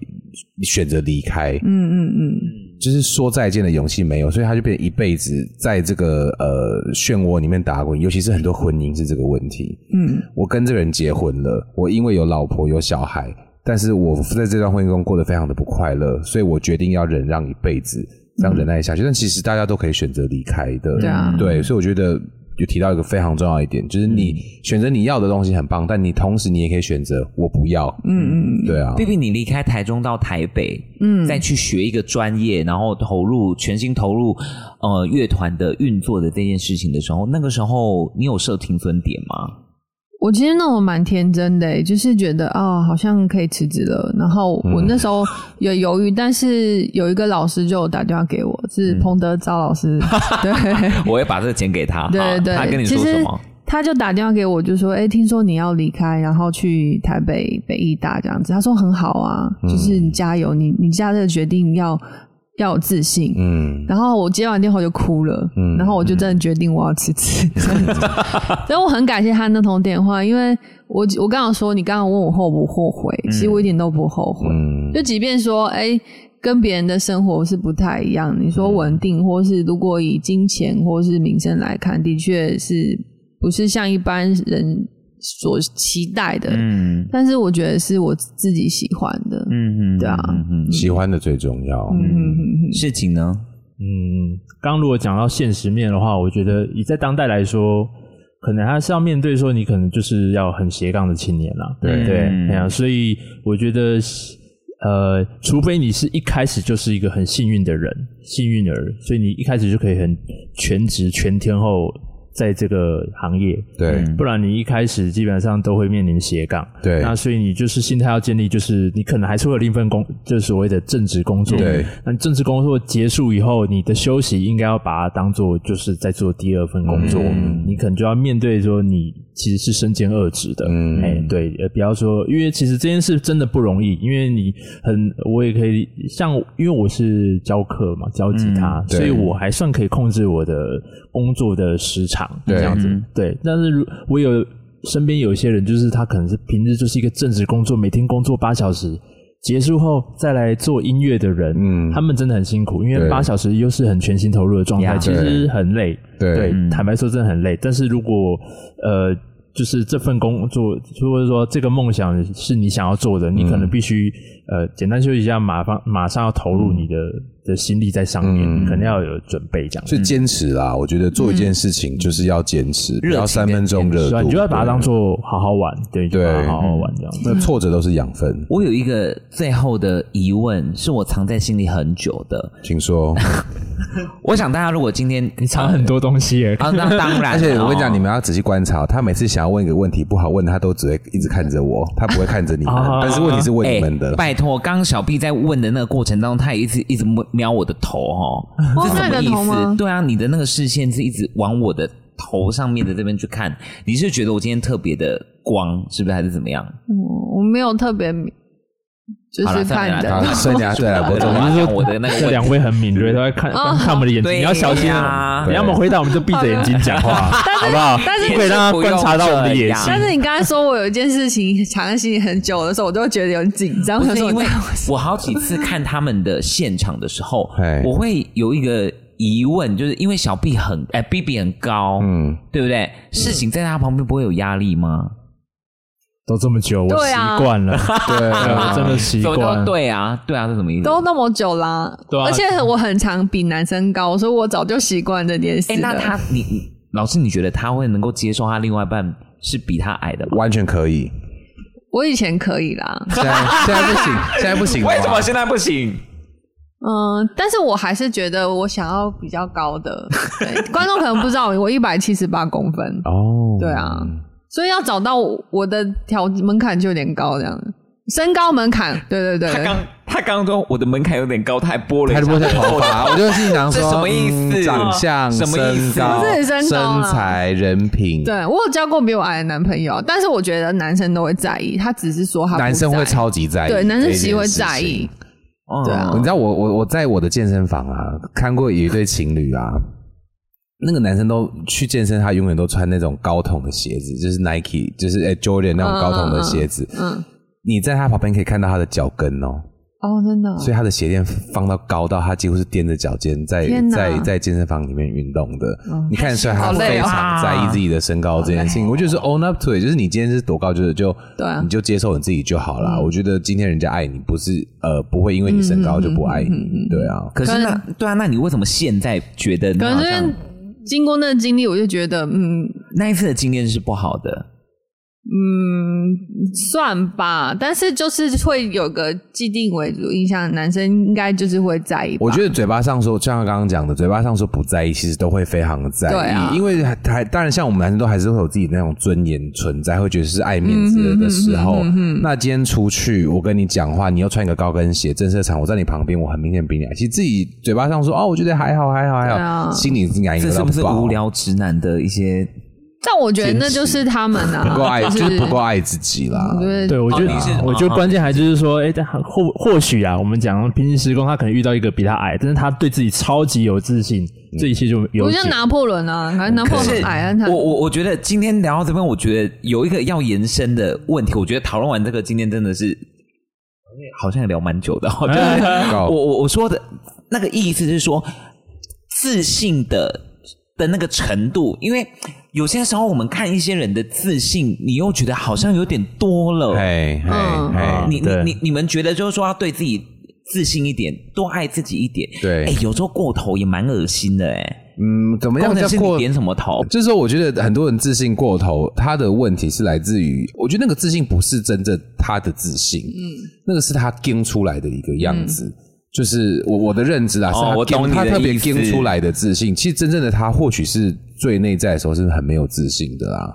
[SPEAKER 2] 选择离开，
[SPEAKER 1] 嗯嗯嗯，
[SPEAKER 2] 就是说再见的勇气没有，所以他就变成一辈子在这个呃漩涡里面打滚，尤其是很多婚姻是这个问题。
[SPEAKER 1] 嗯，
[SPEAKER 2] 我跟这个人结婚了，我因为有老婆有小孩，但是我在这段婚姻中过得非常的不快乐，所以我决定要忍让一辈子，这样忍耐下去。但其实大家都可以选择离开的，
[SPEAKER 1] 对啊
[SPEAKER 2] 对，所以我觉得。有提到一个非常重要一点，就是你
[SPEAKER 1] 嗯
[SPEAKER 2] 选择你要的东西很棒，但你同时你也可以选择我不要。嗯嗯，对啊，
[SPEAKER 3] 毕毕，你离开台中到台北，嗯，再去学一个专业，然后投入全心投入呃乐团的运作的这件事情的时候，那个时候你有设停损点吗？
[SPEAKER 1] 我其实那我蛮天真的欸、就是觉得哦，好像可以辞职了。然后我
[SPEAKER 3] 嗯
[SPEAKER 1] 那时候有犹豫，但是有一个老师就有打电话给我，是
[SPEAKER 3] 嗯
[SPEAKER 1] 彭德昭老
[SPEAKER 3] (laughs)
[SPEAKER 1] 师，对。
[SPEAKER 3] 我也把这个钱给他，
[SPEAKER 1] 对对，
[SPEAKER 3] 他跟你
[SPEAKER 1] 其
[SPEAKER 3] 说
[SPEAKER 1] 实
[SPEAKER 3] 什么？
[SPEAKER 1] 他就打电话给我，就说：“哎、听说你要离开，然后去台北北艺大这样子。”他说：“很好啊，就是
[SPEAKER 3] 嗯
[SPEAKER 1] 你加油，你你下这个决定要要有自信。
[SPEAKER 2] 嗯，
[SPEAKER 1] 然后我接完电话我就哭了，
[SPEAKER 2] 嗯
[SPEAKER 1] 然后我就真的决定我要辞
[SPEAKER 3] (laughs)
[SPEAKER 1] 职。所以我很感谢他那通电话，因为我我刚刚说你刚刚问我后不后悔，
[SPEAKER 3] 嗯
[SPEAKER 1] 其实我一点都不后悔。
[SPEAKER 2] 嗯
[SPEAKER 1] 就即便说，哎、跟别人的生活是不太一样。你说稳定，或是如果以金钱或是民生来看，的确是不是像一般人所期待的？
[SPEAKER 3] 嗯
[SPEAKER 1] 但是我觉得是我自己喜欢的。嗯
[SPEAKER 3] 嗯嗯，
[SPEAKER 1] 对啊
[SPEAKER 3] 嗯嗯
[SPEAKER 2] 喜欢的最重要。
[SPEAKER 1] 嗯嗯嗯，
[SPEAKER 3] 事情呢？
[SPEAKER 5] 嗯，刚如果讲到现实面的话，我觉得以在当代来说，可能还是要面对说你可能就是要很斜杠的青年啦。
[SPEAKER 2] 对
[SPEAKER 5] 对，
[SPEAKER 3] 嗯
[SPEAKER 5] 哎呀、所以我觉得呃，除非你是一开始就是一个很幸运的人，幸运儿，所以你一开始就可以很全职全天候在这个行业。
[SPEAKER 2] 对
[SPEAKER 1] 嗯
[SPEAKER 5] 不然你一开始基本上都会面临斜杠。
[SPEAKER 2] 嗯对
[SPEAKER 5] 那所以你就是心态要建立，就是你可能还是会有另一份工，就是所谓的正职工作。
[SPEAKER 2] 对，
[SPEAKER 5] 那你正职工作结束以后，你的休息应该要把它当做就是在做第二份工作，
[SPEAKER 2] 嗯
[SPEAKER 5] 你可能就要面对说你其实是身兼二职的。
[SPEAKER 2] 嗯
[SPEAKER 5] 哎，对，呃，不要说，因为其实这件事真的不容易，因为你很，我也可以像，因为我是教课嘛，教吉他，
[SPEAKER 2] 嗯对
[SPEAKER 5] 所以我还算可以控制我的工作的时长，
[SPEAKER 2] 对嗯
[SPEAKER 5] 这样子。对，但是如我有身边有一些人，就是他可能是平日就是一个正职工作，每天工作八小时。结束后再来做音乐的人，
[SPEAKER 2] 嗯
[SPEAKER 5] 他们真的很辛苦，因为
[SPEAKER 2] 对
[SPEAKER 5] 八小时又是很全心投入的状态，
[SPEAKER 3] 呀
[SPEAKER 5] 其实很累。
[SPEAKER 2] 对
[SPEAKER 5] 对，
[SPEAKER 3] 嗯
[SPEAKER 5] 坦白说真的很累。但是如果呃，就是这份工作，或者说这个梦想是你想要做的，你可
[SPEAKER 2] 嗯
[SPEAKER 5] 能必须、呃，简单休息一下，马上马上要投入你的、的心力在上面，
[SPEAKER 2] 嗯
[SPEAKER 5] 你可能要有准备这样。
[SPEAKER 2] 所以坚持啦，我觉得做一件事情就是要坚
[SPEAKER 3] 嗯
[SPEAKER 2] 持，不要三分钟热
[SPEAKER 5] 是吧？
[SPEAKER 3] 啊
[SPEAKER 2] 度，
[SPEAKER 5] 你就要把它当做好好玩，对，就
[SPEAKER 2] 对
[SPEAKER 5] 把它好好玩这样。
[SPEAKER 2] 对那挫折都是养分，
[SPEAKER 3] 我有一个最后的疑问，是我藏在心里很久的。
[SPEAKER 2] 请
[SPEAKER 3] (laughs)
[SPEAKER 2] 说。
[SPEAKER 3] 我想大家如果今天
[SPEAKER 5] 你藏很多东西耶，
[SPEAKER 3] 啊，那当
[SPEAKER 2] (laughs)
[SPEAKER 3] 然，
[SPEAKER 2] 而且我跟你
[SPEAKER 3] 哦
[SPEAKER 2] 讲，你们要仔细观察，他每次想要问一个问题不好问，他都只会一直看着我，他不会看
[SPEAKER 3] (laughs)
[SPEAKER 2] 着你们
[SPEAKER 5] 啊。
[SPEAKER 2] 但是问题是问你们的，
[SPEAKER 3] 拜托，刚刚小 B 在问的那个过程当中，他也一直一直瞄我的头哦，
[SPEAKER 1] 哦
[SPEAKER 3] (laughs) 这是什么
[SPEAKER 1] 那你
[SPEAKER 3] 意
[SPEAKER 1] 的头
[SPEAKER 3] 思？
[SPEAKER 1] 吗
[SPEAKER 3] 对啊，你的那个视线是一直往我的头上面的这边去看，你是觉得我今天特别的光，是不是还是怎么样？
[SPEAKER 1] 嗯我我没有特别就
[SPEAKER 3] 好
[SPEAKER 1] 是
[SPEAKER 3] 了，算
[SPEAKER 1] 看
[SPEAKER 3] 了
[SPEAKER 1] 的 (laughs)
[SPEAKER 3] 啦，
[SPEAKER 2] 好
[SPEAKER 3] 算了
[SPEAKER 2] 剩下对啊我
[SPEAKER 3] 我 (laughs)
[SPEAKER 2] 总
[SPEAKER 3] 要讲我的那个
[SPEAKER 5] 这
[SPEAKER 3] 问
[SPEAKER 5] 两
[SPEAKER 3] 题。
[SPEAKER 5] 位很敏锐，都在看
[SPEAKER 1] 哦
[SPEAKER 5] 看我们的眼睛，
[SPEAKER 3] 对
[SPEAKER 5] 你要小心
[SPEAKER 3] 呀
[SPEAKER 5] 啊！你要么回答我们就闭着眼睛讲话，好不好？
[SPEAKER 1] 但是
[SPEAKER 5] 不可以让他观察到我们的野心
[SPEAKER 1] 但。是你刚才说我有一件事情藏在心里很久的时候，我都会觉得有点紧张，
[SPEAKER 3] 不
[SPEAKER 1] 想
[SPEAKER 3] 是
[SPEAKER 1] 说哎
[SPEAKER 3] 因
[SPEAKER 1] 我
[SPEAKER 3] 为
[SPEAKER 1] 到底
[SPEAKER 3] 我好几次看他们的现场的时候
[SPEAKER 2] (laughs) 嘿，
[SPEAKER 3] 我会有一个疑问，就是因为小 B 很哎 B B 很高，
[SPEAKER 2] 嗯，
[SPEAKER 3] 对不对？事情在他旁边不会有压力吗？
[SPEAKER 5] 都这么久，我
[SPEAKER 1] 对
[SPEAKER 5] 习
[SPEAKER 1] 啊
[SPEAKER 5] 惯了，
[SPEAKER 2] 对
[SPEAKER 5] 对
[SPEAKER 2] 啊
[SPEAKER 5] 我真的习
[SPEAKER 3] 怎么
[SPEAKER 5] 惯
[SPEAKER 3] 都
[SPEAKER 5] 了。
[SPEAKER 3] 对啊，对啊，这什么意思？
[SPEAKER 1] 都那么久啦，
[SPEAKER 5] 对啊
[SPEAKER 1] 而且我很常比男生高，所以我早就习惯这件事
[SPEAKER 3] 哎、
[SPEAKER 1] 了。
[SPEAKER 3] 那他你你老师，你觉得他会能够接受他另外一半是比他矮的吗？
[SPEAKER 2] 完全可以。
[SPEAKER 1] 我以前可以啦，
[SPEAKER 2] 现
[SPEAKER 3] (laughs)
[SPEAKER 2] 在现在不行，现在不行啊了吧。
[SPEAKER 3] 为什么现在不行？
[SPEAKER 1] 嗯，但是我还是觉得我想要比较高的。对，观众可能不知道我一百七十八公分，
[SPEAKER 2] 哦，
[SPEAKER 1] (laughs) 对啊，所以要找到我的条门槛就有点高，这样身高门槛，对对对，
[SPEAKER 3] 他刚他刚说我的门槛有点高，他还拨了一
[SPEAKER 2] 还
[SPEAKER 3] 下
[SPEAKER 2] 是摸些头发，我就心想
[SPEAKER 3] 这
[SPEAKER 2] 说，
[SPEAKER 3] 什么意思
[SPEAKER 2] 嗯长相、
[SPEAKER 3] 什么意思
[SPEAKER 2] 身高
[SPEAKER 1] 不是你身高啊
[SPEAKER 2] 材、人品，
[SPEAKER 1] 对我有交过比我矮的男朋友，但是我觉得男生都会在意，他只是说他不
[SPEAKER 2] 男生
[SPEAKER 1] 在
[SPEAKER 2] 会
[SPEAKER 1] 意
[SPEAKER 2] 超级在意，
[SPEAKER 1] 对男生其实会在意。。
[SPEAKER 3] 嗯
[SPEAKER 1] 对啊
[SPEAKER 2] 哦你知道我我我在我的健身房啊，看过有一对情侣啊，那个男生都去健身，他永远都穿那种高筒的鞋子，就是 Nike，就是哎 Jordan 那种高筒的鞋子。
[SPEAKER 1] 嗯，
[SPEAKER 2] 你在他旁边可以看到他的脚跟哦，
[SPEAKER 1] 哦，真的哦，
[SPEAKER 2] 所以他的鞋垫放到高到他几乎是踮着脚尖在
[SPEAKER 1] 天哪
[SPEAKER 2] 在在健身房里面运动的。你看得出来他
[SPEAKER 1] 好累
[SPEAKER 2] 非
[SPEAKER 1] 哦啊
[SPEAKER 2] 常在意自己的身高这件事情。我就是 own up to it，就是你今天是多高，就是就
[SPEAKER 1] 对啊嗯
[SPEAKER 2] 你就接受你自己就好啦。我觉得今天人家爱你，不是呃不会因为你身高就不爱
[SPEAKER 1] 嗯
[SPEAKER 2] 你，对啊。
[SPEAKER 3] 可是那对啊，那你为什么现在觉得你
[SPEAKER 1] 可
[SPEAKER 3] 好
[SPEAKER 1] 能是因
[SPEAKER 3] 像
[SPEAKER 1] 为经过那个经历，我就觉得，嗯
[SPEAKER 3] 那一次的经验是不好的？
[SPEAKER 1] 嗯，算吧。但是就是会有个既定为主印象，男生应该就是会在意吧。
[SPEAKER 2] 我觉得嘴巴上说，就像刚刚讲的，嘴巴上说不在意，其实都会非常在
[SPEAKER 1] 对
[SPEAKER 2] 意，
[SPEAKER 1] 啊
[SPEAKER 2] 因为还还当然像我们男生都还是会有自己那种尊严存在，会觉得是爱面子的的时
[SPEAKER 3] 嗯
[SPEAKER 2] 候。那今天出去，我跟你讲话，你又穿一个高跟鞋，正式场，我在你旁边，我很明显比你矮。其实自己嘴巴上说哦，我觉得还好，还好，还好，
[SPEAKER 1] 对啊
[SPEAKER 2] 心里是难一
[SPEAKER 3] 这
[SPEAKER 2] 个
[SPEAKER 3] 是
[SPEAKER 2] 到
[SPEAKER 3] 不是
[SPEAKER 2] 爆
[SPEAKER 3] 无？聊直男的一些？
[SPEAKER 1] 但我觉得那就是他们啊，
[SPEAKER 3] (laughs)
[SPEAKER 2] 不够爱，
[SPEAKER 1] 就
[SPEAKER 2] 就是不够爱自己啦
[SPEAKER 1] 我。觉得
[SPEAKER 5] 对，我觉得
[SPEAKER 3] 哦你是，
[SPEAKER 5] 我觉得关键还就是说，哎，但或或许啊，我们讲平行时空，他可能遇到一个比他矮，但是他对自己超级有自信，
[SPEAKER 3] 嗯
[SPEAKER 5] 这一切就有
[SPEAKER 1] 我
[SPEAKER 5] 解
[SPEAKER 1] 觉得。拿破仑啊，反正拿破
[SPEAKER 3] 可是
[SPEAKER 1] 仑矮，但他
[SPEAKER 3] 我我我觉得今天聊到这边，我觉得有一个要延伸的问题，我觉得讨论完这个，今天真的是好像也聊蛮久的哦，就是 (laughs)
[SPEAKER 2] 够
[SPEAKER 3] 我我我说的那个意思是说，自信的的那个程度，因为有些时候我们看一些人的自信，你又觉得好像有点多了。
[SPEAKER 2] 嘿，嘿，
[SPEAKER 1] 嗯
[SPEAKER 2] 嘿，
[SPEAKER 3] 哎你你
[SPEAKER 5] 对
[SPEAKER 3] 你你们觉得就是说要对自己自信一点，多爱自己一点。
[SPEAKER 2] 对
[SPEAKER 3] 哎，有时候过头也蛮恶心的哎。
[SPEAKER 2] 嗯，怎么
[SPEAKER 3] 工
[SPEAKER 2] 样
[SPEAKER 3] 程
[SPEAKER 2] 叫
[SPEAKER 3] 师你
[SPEAKER 2] 过
[SPEAKER 3] 点什么头？
[SPEAKER 2] 就是说，我觉得很多人自信过头，他的问题是来自于，我觉得那个自信不是真正他的自信，嗯，那个是他盯出来的一个样子。就是我我的认知啦，是
[SPEAKER 3] 嗯哦
[SPEAKER 2] 他
[SPEAKER 3] 我懂
[SPEAKER 2] 盯
[SPEAKER 3] 你
[SPEAKER 2] 他
[SPEAKER 3] 的
[SPEAKER 2] 特别
[SPEAKER 3] 意思
[SPEAKER 2] 盯出来的自信。其实真正的他，或许是最内在的时候是很没有自信的啦。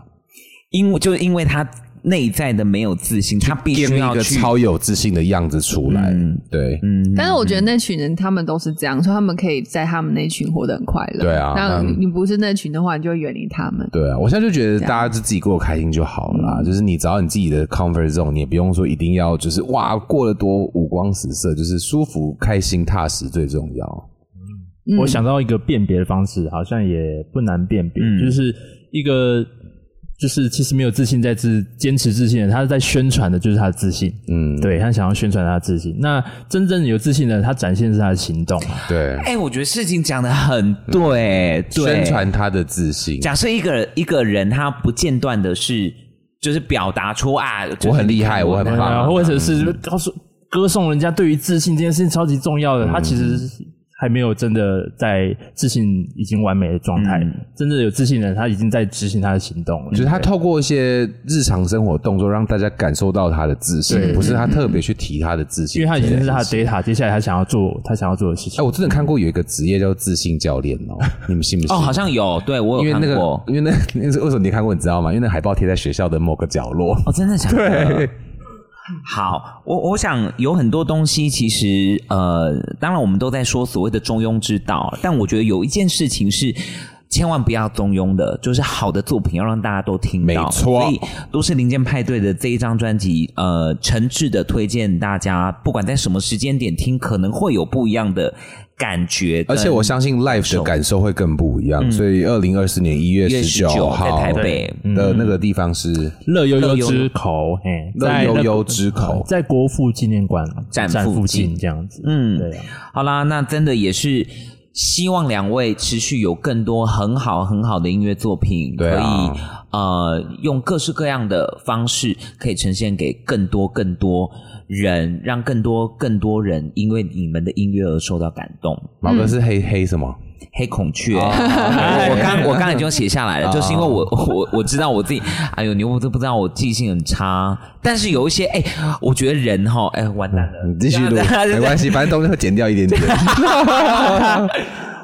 [SPEAKER 3] 因为就是因为他内在的没有自信，他必
[SPEAKER 2] 盯
[SPEAKER 3] 须要
[SPEAKER 2] 一个
[SPEAKER 3] 去嗯
[SPEAKER 2] 超有自信的样子出来，对，
[SPEAKER 1] 但
[SPEAKER 2] 嗯
[SPEAKER 1] 是我觉得那群人他们都是这样，所以他们可以在他们那群活得很快乐。
[SPEAKER 2] 对啊
[SPEAKER 1] 那
[SPEAKER 2] 嗯
[SPEAKER 1] 你不是那群的话，你就会远离他们。
[SPEAKER 2] 对啊，我现在就觉得大家就自己过得开心就好了啦。就是你找到你自己的 comfort zone，你也不用说一定要就是哇过得多五光十色，就是舒服、开心、踏实最重要。
[SPEAKER 1] 嗯
[SPEAKER 5] 我想到一个辨别的方式，好像也不难辨别，
[SPEAKER 3] 嗯
[SPEAKER 5] 就是一个就是其实没有自信在自坚持自信的，他是在宣传的就是他的自信，
[SPEAKER 2] 嗯，
[SPEAKER 5] 对他想要宣传他的自信。那真正有自信的人，他展现的是他的行动。
[SPEAKER 2] 对，
[SPEAKER 3] 哎、我觉得事情讲的很对，对
[SPEAKER 2] 嗯宣传他的自信，
[SPEAKER 3] 假设一个一个人他不间断的是，就是表达出啊，就是
[SPEAKER 2] 我很厉害我很
[SPEAKER 5] 对
[SPEAKER 2] 棒
[SPEAKER 5] 啊，或者是告诉歌颂人家对于自信这件事情超级重要的，
[SPEAKER 2] 嗯
[SPEAKER 5] 他其实还没有真的在自信已经完美的状态，真正有自信的人，他已经在执行他的行动了。
[SPEAKER 2] 嗯就是他透过一些日常生活动作，让大家感受到他的自信，不是他特别去提他的自信，
[SPEAKER 5] 因为他已经是他的。data，接下来他想要做他想要做的事
[SPEAKER 2] 哎，
[SPEAKER 5] 情。
[SPEAKER 2] 我真的看过有一个职业叫自信教练哦，你们信不信？
[SPEAKER 3] 哦，好像有，对我
[SPEAKER 2] 因
[SPEAKER 3] 有
[SPEAKER 2] 为
[SPEAKER 3] 看
[SPEAKER 2] 那个 (laughs)
[SPEAKER 3] 过，，
[SPEAKER 2] 因为那那是为什么你看过，你知道吗？因为那海报贴在学校的某个角落。
[SPEAKER 3] 哦，真的假的？ (laughs) 好，我我想有很多东西，其实呃，当然我们都在说所谓的中庸之道，但我觉得有一件事情是千万不要中庸的，就是好的作品要让大家都听到。
[SPEAKER 2] 没错
[SPEAKER 3] 所以都市零件派对的这一张专辑，呃，诚挚的推荐大家，不管在什么时间点听，可能会有不一样的感觉跟。
[SPEAKER 2] 而且我相信 live 的感受会更不一样，所以二零二四年一月
[SPEAKER 3] 嗯一月
[SPEAKER 2] 十
[SPEAKER 3] 19
[SPEAKER 2] 九号
[SPEAKER 3] 在台北嗯
[SPEAKER 2] 的那个地方是
[SPEAKER 5] 乐悠悠之口，嘿，
[SPEAKER 2] 乐
[SPEAKER 5] 在
[SPEAKER 2] 悠
[SPEAKER 5] 那
[SPEAKER 2] 悠之口，
[SPEAKER 5] 在国父纪念馆
[SPEAKER 3] 站
[SPEAKER 5] 站
[SPEAKER 3] 附
[SPEAKER 5] 附
[SPEAKER 3] 近
[SPEAKER 5] 近这样子。
[SPEAKER 3] 嗯
[SPEAKER 5] 对啊，
[SPEAKER 3] 好啦，那真的也是希望两位持续有更多很好很好的音乐作品，
[SPEAKER 2] 对啊
[SPEAKER 3] 可以呃用各式各样的方式，可以呈现给更多更多人，让更多更多人因为你们的音乐而受到感动。
[SPEAKER 2] 毛哥是黑黑什么？
[SPEAKER 3] 哦黑孔雀， (laughs) 我我刚我刚才已经写下 (laughs) 来了，就是因为我我我知道我自己，哎呦，你又不知道我记性很差，但是有一些哎，我觉得人哈，哎，完蛋了，
[SPEAKER 2] 你继
[SPEAKER 3] (laughs)
[SPEAKER 2] 续录，
[SPEAKER 3] 啊
[SPEAKER 2] 没关系，反正东西会剪掉一点点。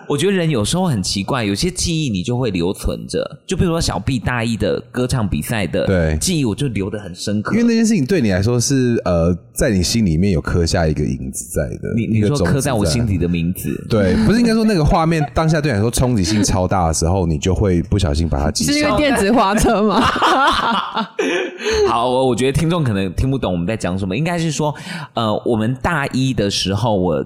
[SPEAKER 3] 我觉得人有时候很奇怪，有些记忆你就会留存着，就比如说小 B 大一的歌唱比赛的
[SPEAKER 2] 对
[SPEAKER 3] 记忆，我就留得很深刻
[SPEAKER 2] 因为。那件事情对你来说是呃，在你心里面有刻下一个影子在的，
[SPEAKER 3] 你
[SPEAKER 2] 一
[SPEAKER 3] 你
[SPEAKER 2] 个
[SPEAKER 3] 说
[SPEAKER 2] 种
[SPEAKER 3] 刻
[SPEAKER 2] 子
[SPEAKER 3] 在我心。底的名字，
[SPEAKER 2] 对，不是应该说那个画面当下对你来说冲击性超大的时候，你就会不小心把它记
[SPEAKER 1] 是因
[SPEAKER 2] 上
[SPEAKER 1] 为电子花车 (laughs) 吗？
[SPEAKER 3] 好，我我觉得听众可能听不懂我们在讲什么，应该是说，呃，我们大一的时候，我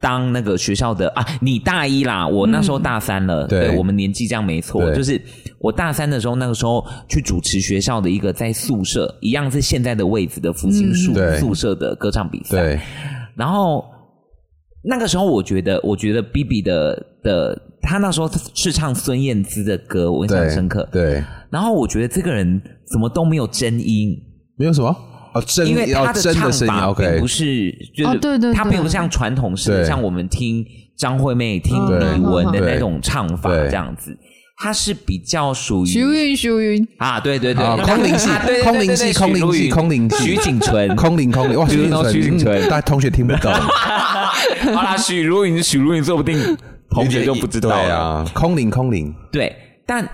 [SPEAKER 3] 当那个学校的啊，你大一啦，我那时候大三了，
[SPEAKER 2] 嗯对
[SPEAKER 3] 我们年纪这样没错，
[SPEAKER 2] 对
[SPEAKER 3] 就是我大三的时候，那个时候去主持学校的一个在宿舍，一样是现在的位置的复兴宿、
[SPEAKER 2] 嗯对
[SPEAKER 3] 宿舍的歌唱比赛，
[SPEAKER 2] 对，
[SPEAKER 3] 然后那个时候，我觉得，我觉得 B B 的的，他那时候是唱孙燕姿的歌，我印象
[SPEAKER 2] 对，
[SPEAKER 3] 很深刻。
[SPEAKER 2] 对，
[SPEAKER 3] 然后我觉得这个人怎么都没有真音，
[SPEAKER 2] 没有什么哦，真
[SPEAKER 3] 因为
[SPEAKER 2] 哦
[SPEAKER 3] 他
[SPEAKER 2] 真
[SPEAKER 3] 唱
[SPEAKER 2] 的声音
[SPEAKER 3] 法并
[SPEAKER 2] ，OK，
[SPEAKER 3] 不是，就是、
[SPEAKER 1] 哦对对对
[SPEAKER 3] 他并不像传统式的，
[SPEAKER 2] 对
[SPEAKER 3] 像我们听张惠妹、听
[SPEAKER 1] 嗯
[SPEAKER 3] 李玟的
[SPEAKER 2] 对
[SPEAKER 3] 那种唱法
[SPEAKER 2] 对
[SPEAKER 3] 这样子，他是比较属于
[SPEAKER 1] 徐云，徐云，
[SPEAKER 3] 啊，对对对，
[SPEAKER 2] 啊空灵系
[SPEAKER 3] 啊对对对
[SPEAKER 2] 空灵系
[SPEAKER 3] 对对
[SPEAKER 2] 空灵系
[SPEAKER 3] 许茹芸
[SPEAKER 2] 空灵系
[SPEAKER 3] 徐锦
[SPEAKER 2] (laughs)
[SPEAKER 3] 纯，
[SPEAKER 2] 空灵空灵，哇，
[SPEAKER 3] 比
[SPEAKER 2] 徐
[SPEAKER 3] 如
[SPEAKER 2] 锦
[SPEAKER 3] 说
[SPEAKER 2] 纯，
[SPEAKER 3] 徐锦纯
[SPEAKER 2] 嗯但同学听不懂，
[SPEAKER 3] (laughs) 好啦，许茹芸，许茹芸说不定 (laughs) 同学就不知道
[SPEAKER 2] 对
[SPEAKER 3] 了。
[SPEAKER 2] 啊，空灵空灵，
[SPEAKER 3] 对，但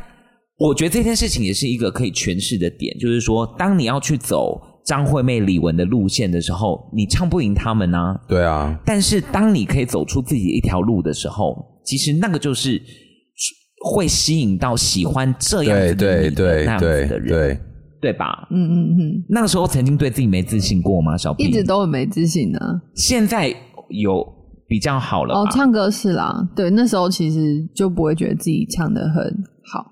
[SPEAKER 3] 我觉得这件事情也是一个可以诠释的点，就是说，当你要去走张惠妹、李玟的路线的时候，你唱不赢他们啊。
[SPEAKER 2] 对啊，
[SPEAKER 3] 但是当你可以走出自己一条路的时候，其实那个就是会吸引到喜欢这样
[SPEAKER 2] 对
[SPEAKER 3] 子的
[SPEAKER 2] 对
[SPEAKER 3] 你的
[SPEAKER 2] 对
[SPEAKER 3] 那样子
[SPEAKER 2] 对
[SPEAKER 3] 的人，
[SPEAKER 2] 对，
[SPEAKER 3] 对吧？
[SPEAKER 1] 嗯嗯嗯，
[SPEAKER 3] 那个时候曾经对自己没自信过吗？小 B
[SPEAKER 1] 一直，都很没自信呢、
[SPEAKER 3] 现在有比较好了吧？
[SPEAKER 1] 哦，唱歌是啦，对，那时候其实就不会觉得自己唱的很好。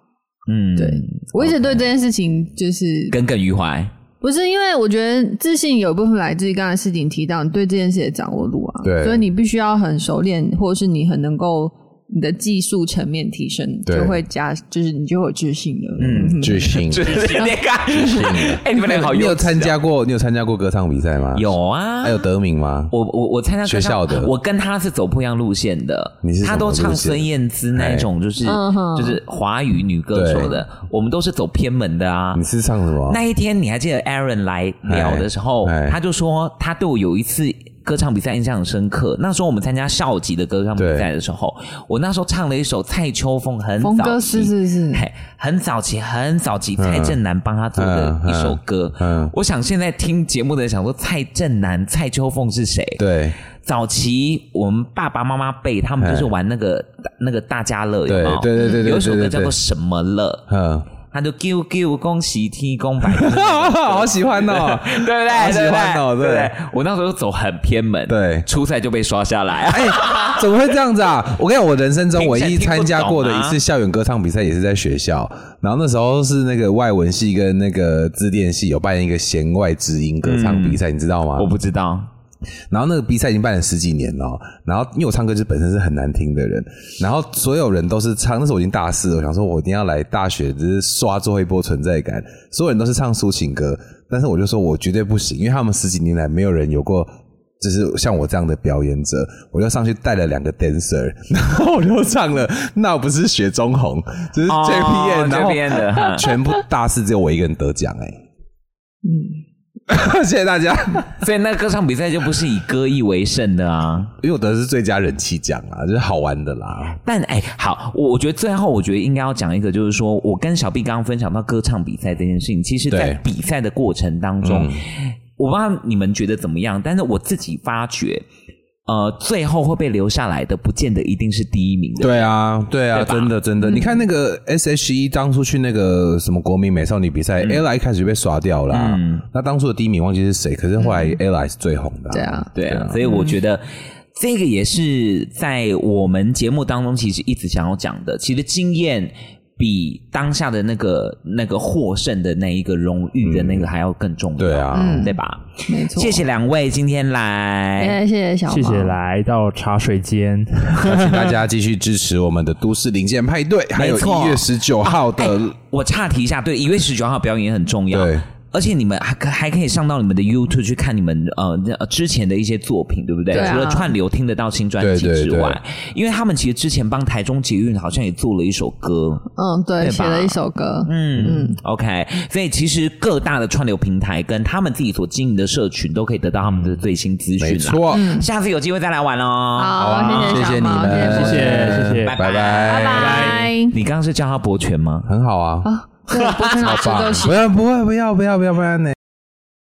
[SPEAKER 3] 嗯，
[SPEAKER 1] 对，我一直对这件事情就是
[SPEAKER 3] 耿耿于怀。
[SPEAKER 1] 不是因为我觉得自信有一部分来自于刚才事情提到你对这件事的掌握度啊，
[SPEAKER 2] 对
[SPEAKER 1] 所以你必须要很熟练，或是你很能够你的技术层面提升，
[SPEAKER 2] 对
[SPEAKER 1] 就会加，就是你就会有自信了。
[SPEAKER 3] (laughs)
[SPEAKER 2] 嗯，巨星，
[SPEAKER 3] 那
[SPEAKER 1] (laughs)
[SPEAKER 3] 个，啊哎，你们俩好
[SPEAKER 2] 你
[SPEAKER 3] 幼
[SPEAKER 2] 有
[SPEAKER 3] 稚啊
[SPEAKER 2] 参加过你有参加过歌唱比赛吗？，
[SPEAKER 3] 有啊，
[SPEAKER 2] 还有得名吗？
[SPEAKER 3] 我我我参加
[SPEAKER 2] 学校的
[SPEAKER 3] 我跟他是走不一样路线的。
[SPEAKER 2] 你是什么
[SPEAKER 3] 他都唱
[SPEAKER 2] 路线
[SPEAKER 3] 孙燕姿那一种，就是
[SPEAKER 1] 嗯哼
[SPEAKER 3] 就是华语女歌手的，我们都是走偏门的啊
[SPEAKER 2] 你。是唱什么？
[SPEAKER 3] 那一天你还记得 Aaron 来聊的时候
[SPEAKER 2] 哎哎，
[SPEAKER 3] 他就说他对我有一次歌唱比赛印象很深刻。那时候我们参加校级的歌唱比赛的时候，我那时候唱了一首蔡秋凤很
[SPEAKER 1] 峰
[SPEAKER 3] 早
[SPEAKER 1] 哥是
[SPEAKER 3] 期，
[SPEAKER 1] 是
[SPEAKER 2] 嗯
[SPEAKER 1] 是，
[SPEAKER 3] 嘿很早期很早期蔡振南帮他做的一首歌。
[SPEAKER 2] 嗯嗯
[SPEAKER 3] 我想现在听节目的人想说蔡振南、蔡秋凤是谁？
[SPEAKER 2] 对
[SPEAKER 3] 早期我们爸爸妈妈辈，他们就是玩那个那个大家乐，有没有？
[SPEAKER 2] 嗯对对对对对
[SPEAKER 3] 有一首
[SPEAKER 2] 对
[SPEAKER 3] 歌
[SPEAKER 2] 对
[SPEAKER 3] 叫做什么乐， (laughs)
[SPEAKER 2] 嗯，
[SPEAKER 3] 他就 “Q Q 恭喜天公百
[SPEAKER 2] (laughs)
[SPEAKER 3] 天
[SPEAKER 2] 好喜欢哦，
[SPEAKER 3] 对不对？
[SPEAKER 2] 好喜
[SPEAKER 3] 对不
[SPEAKER 2] 欢哦
[SPEAKER 3] 对
[SPEAKER 2] 对
[SPEAKER 3] 不我那时候走很偏门，
[SPEAKER 2] 对
[SPEAKER 3] 初赛就被刷下来。
[SPEAKER 2] 哎，怎么会这样子啊？我跟你讲，我人生中唯一参加过的一次校园歌唱比赛也是在学校，然后那时候是那个外文系跟那个字典系有办一个弦外之音歌唱比赛，你知道吗？
[SPEAKER 3] 我不知道，
[SPEAKER 2] 然后那个比赛已经办了十几年了哦、然后因为我唱歌就是本身是很难听的人，然后所有人都是唱，那时候我已经大四了，我想说我一定要来大学，就是刷最后一波存在感。所有人都是唱抒情歌，但是我就说我绝对不行，因为他们十几年来没有人有过。就是像我这样的表演者，我就上去带了两个 dancer，然后我就唱了，那不是雪中红，就是
[SPEAKER 3] 哦
[SPEAKER 2] JPN，、然后
[SPEAKER 3] JPN 的哈
[SPEAKER 2] 全部大四只有我一个人得奖哎、
[SPEAKER 1] 嗯，
[SPEAKER 2] (laughs) 谢谢大家，
[SPEAKER 3] 所以那歌唱比赛就不是以歌艺为胜的啊。
[SPEAKER 2] 因为我得的是最佳人气奖啦，就是好玩的啦，
[SPEAKER 3] 但哎、好，我我觉得最后我觉得应该要讲一个，就是说我跟小 B 刚刚分享到歌唱比赛这件事情，其实在
[SPEAKER 2] 对
[SPEAKER 3] 比赛的过程当中，我不知道你们觉得怎么样，但是我自己发觉，呃，最后会被留下来的，不见得一定是第一名的。
[SPEAKER 2] 对啊，对啊，
[SPEAKER 3] 对吧
[SPEAKER 2] 真的真的，你看那个 S H E 当初去那个什么国民美少女比赛、e l l a 一开始就被刷掉了、
[SPEAKER 3] 嗯
[SPEAKER 2] 那当初的第一名忘记是谁，可是后来 Ella 是最红的、
[SPEAKER 1] 对啊，
[SPEAKER 3] 对啊，所以我觉得。这个也是在我们节目当中，其实一直想要讲的。其实经验比当下的那个那个获胜的那一个荣誉的那个还要更重要，
[SPEAKER 2] 对啊
[SPEAKER 1] 嗯
[SPEAKER 3] 对吧？
[SPEAKER 1] 没错，
[SPEAKER 3] 谢谢两位今天来，
[SPEAKER 2] 呃
[SPEAKER 1] 哎，谢谢小毛，
[SPEAKER 5] 谢谢来到茶水间，
[SPEAKER 2] 请大家继续支持我们的都市零件派对，还有
[SPEAKER 3] 没错
[SPEAKER 2] 一月十九号的、
[SPEAKER 3] 哦哎我岔题一下，对，一月十九号表演也很重要，
[SPEAKER 2] 对。
[SPEAKER 3] 而且你们还可还可以上到你们的 YouTube 去看你们呃那呃之前的一些作品，对不对？
[SPEAKER 1] 对啊
[SPEAKER 3] 除了串流听得到新专辑
[SPEAKER 2] 对对
[SPEAKER 3] 之
[SPEAKER 2] 对
[SPEAKER 3] 外，因为他们其实之前帮台中捷运好像也做了一首歌，
[SPEAKER 1] 嗯，对，
[SPEAKER 3] 对吧
[SPEAKER 1] 写了一首歌，
[SPEAKER 3] 嗯嗯，OK，所以其实各大的串流平台跟他们自己所经营的社群都可以得到他们的最新资
[SPEAKER 2] 没
[SPEAKER 3] 讯啦。
[SPEAKER 2] 错，
[SPEAKER 1] 嗯
[SPEAKER 3] 下次有机会再来玩哦。
[SPEAKER 1] 好，谢
[SPEAKER 2] 啊谢
[SPEAKER 1] 小
[SPEAKER 2] 你
[SPEAKER 1] 毛，谢
[SPEAKER 2] 们，
[SPEAKER 5] 谢
[SPEAKER 1] 谢，
[SPEAKER 5] 谢谢谢
[SPEAKER 2] 拜拜，
[SPEAKER 1] 拜拜。
[SPEAKER 3] 你刚刚是叫他博拳吗？
[SPEAKER 2] 很好啊，
[SPEAKER 1] 对，不是拿
[SPEAKER 2] 好
[SPEAKER 1] 吃
[SPEAKER 2] 吧
[SPEAKER 1] 都，行
[SPEAKER 2] 不。要不会不要不要不要不然呢？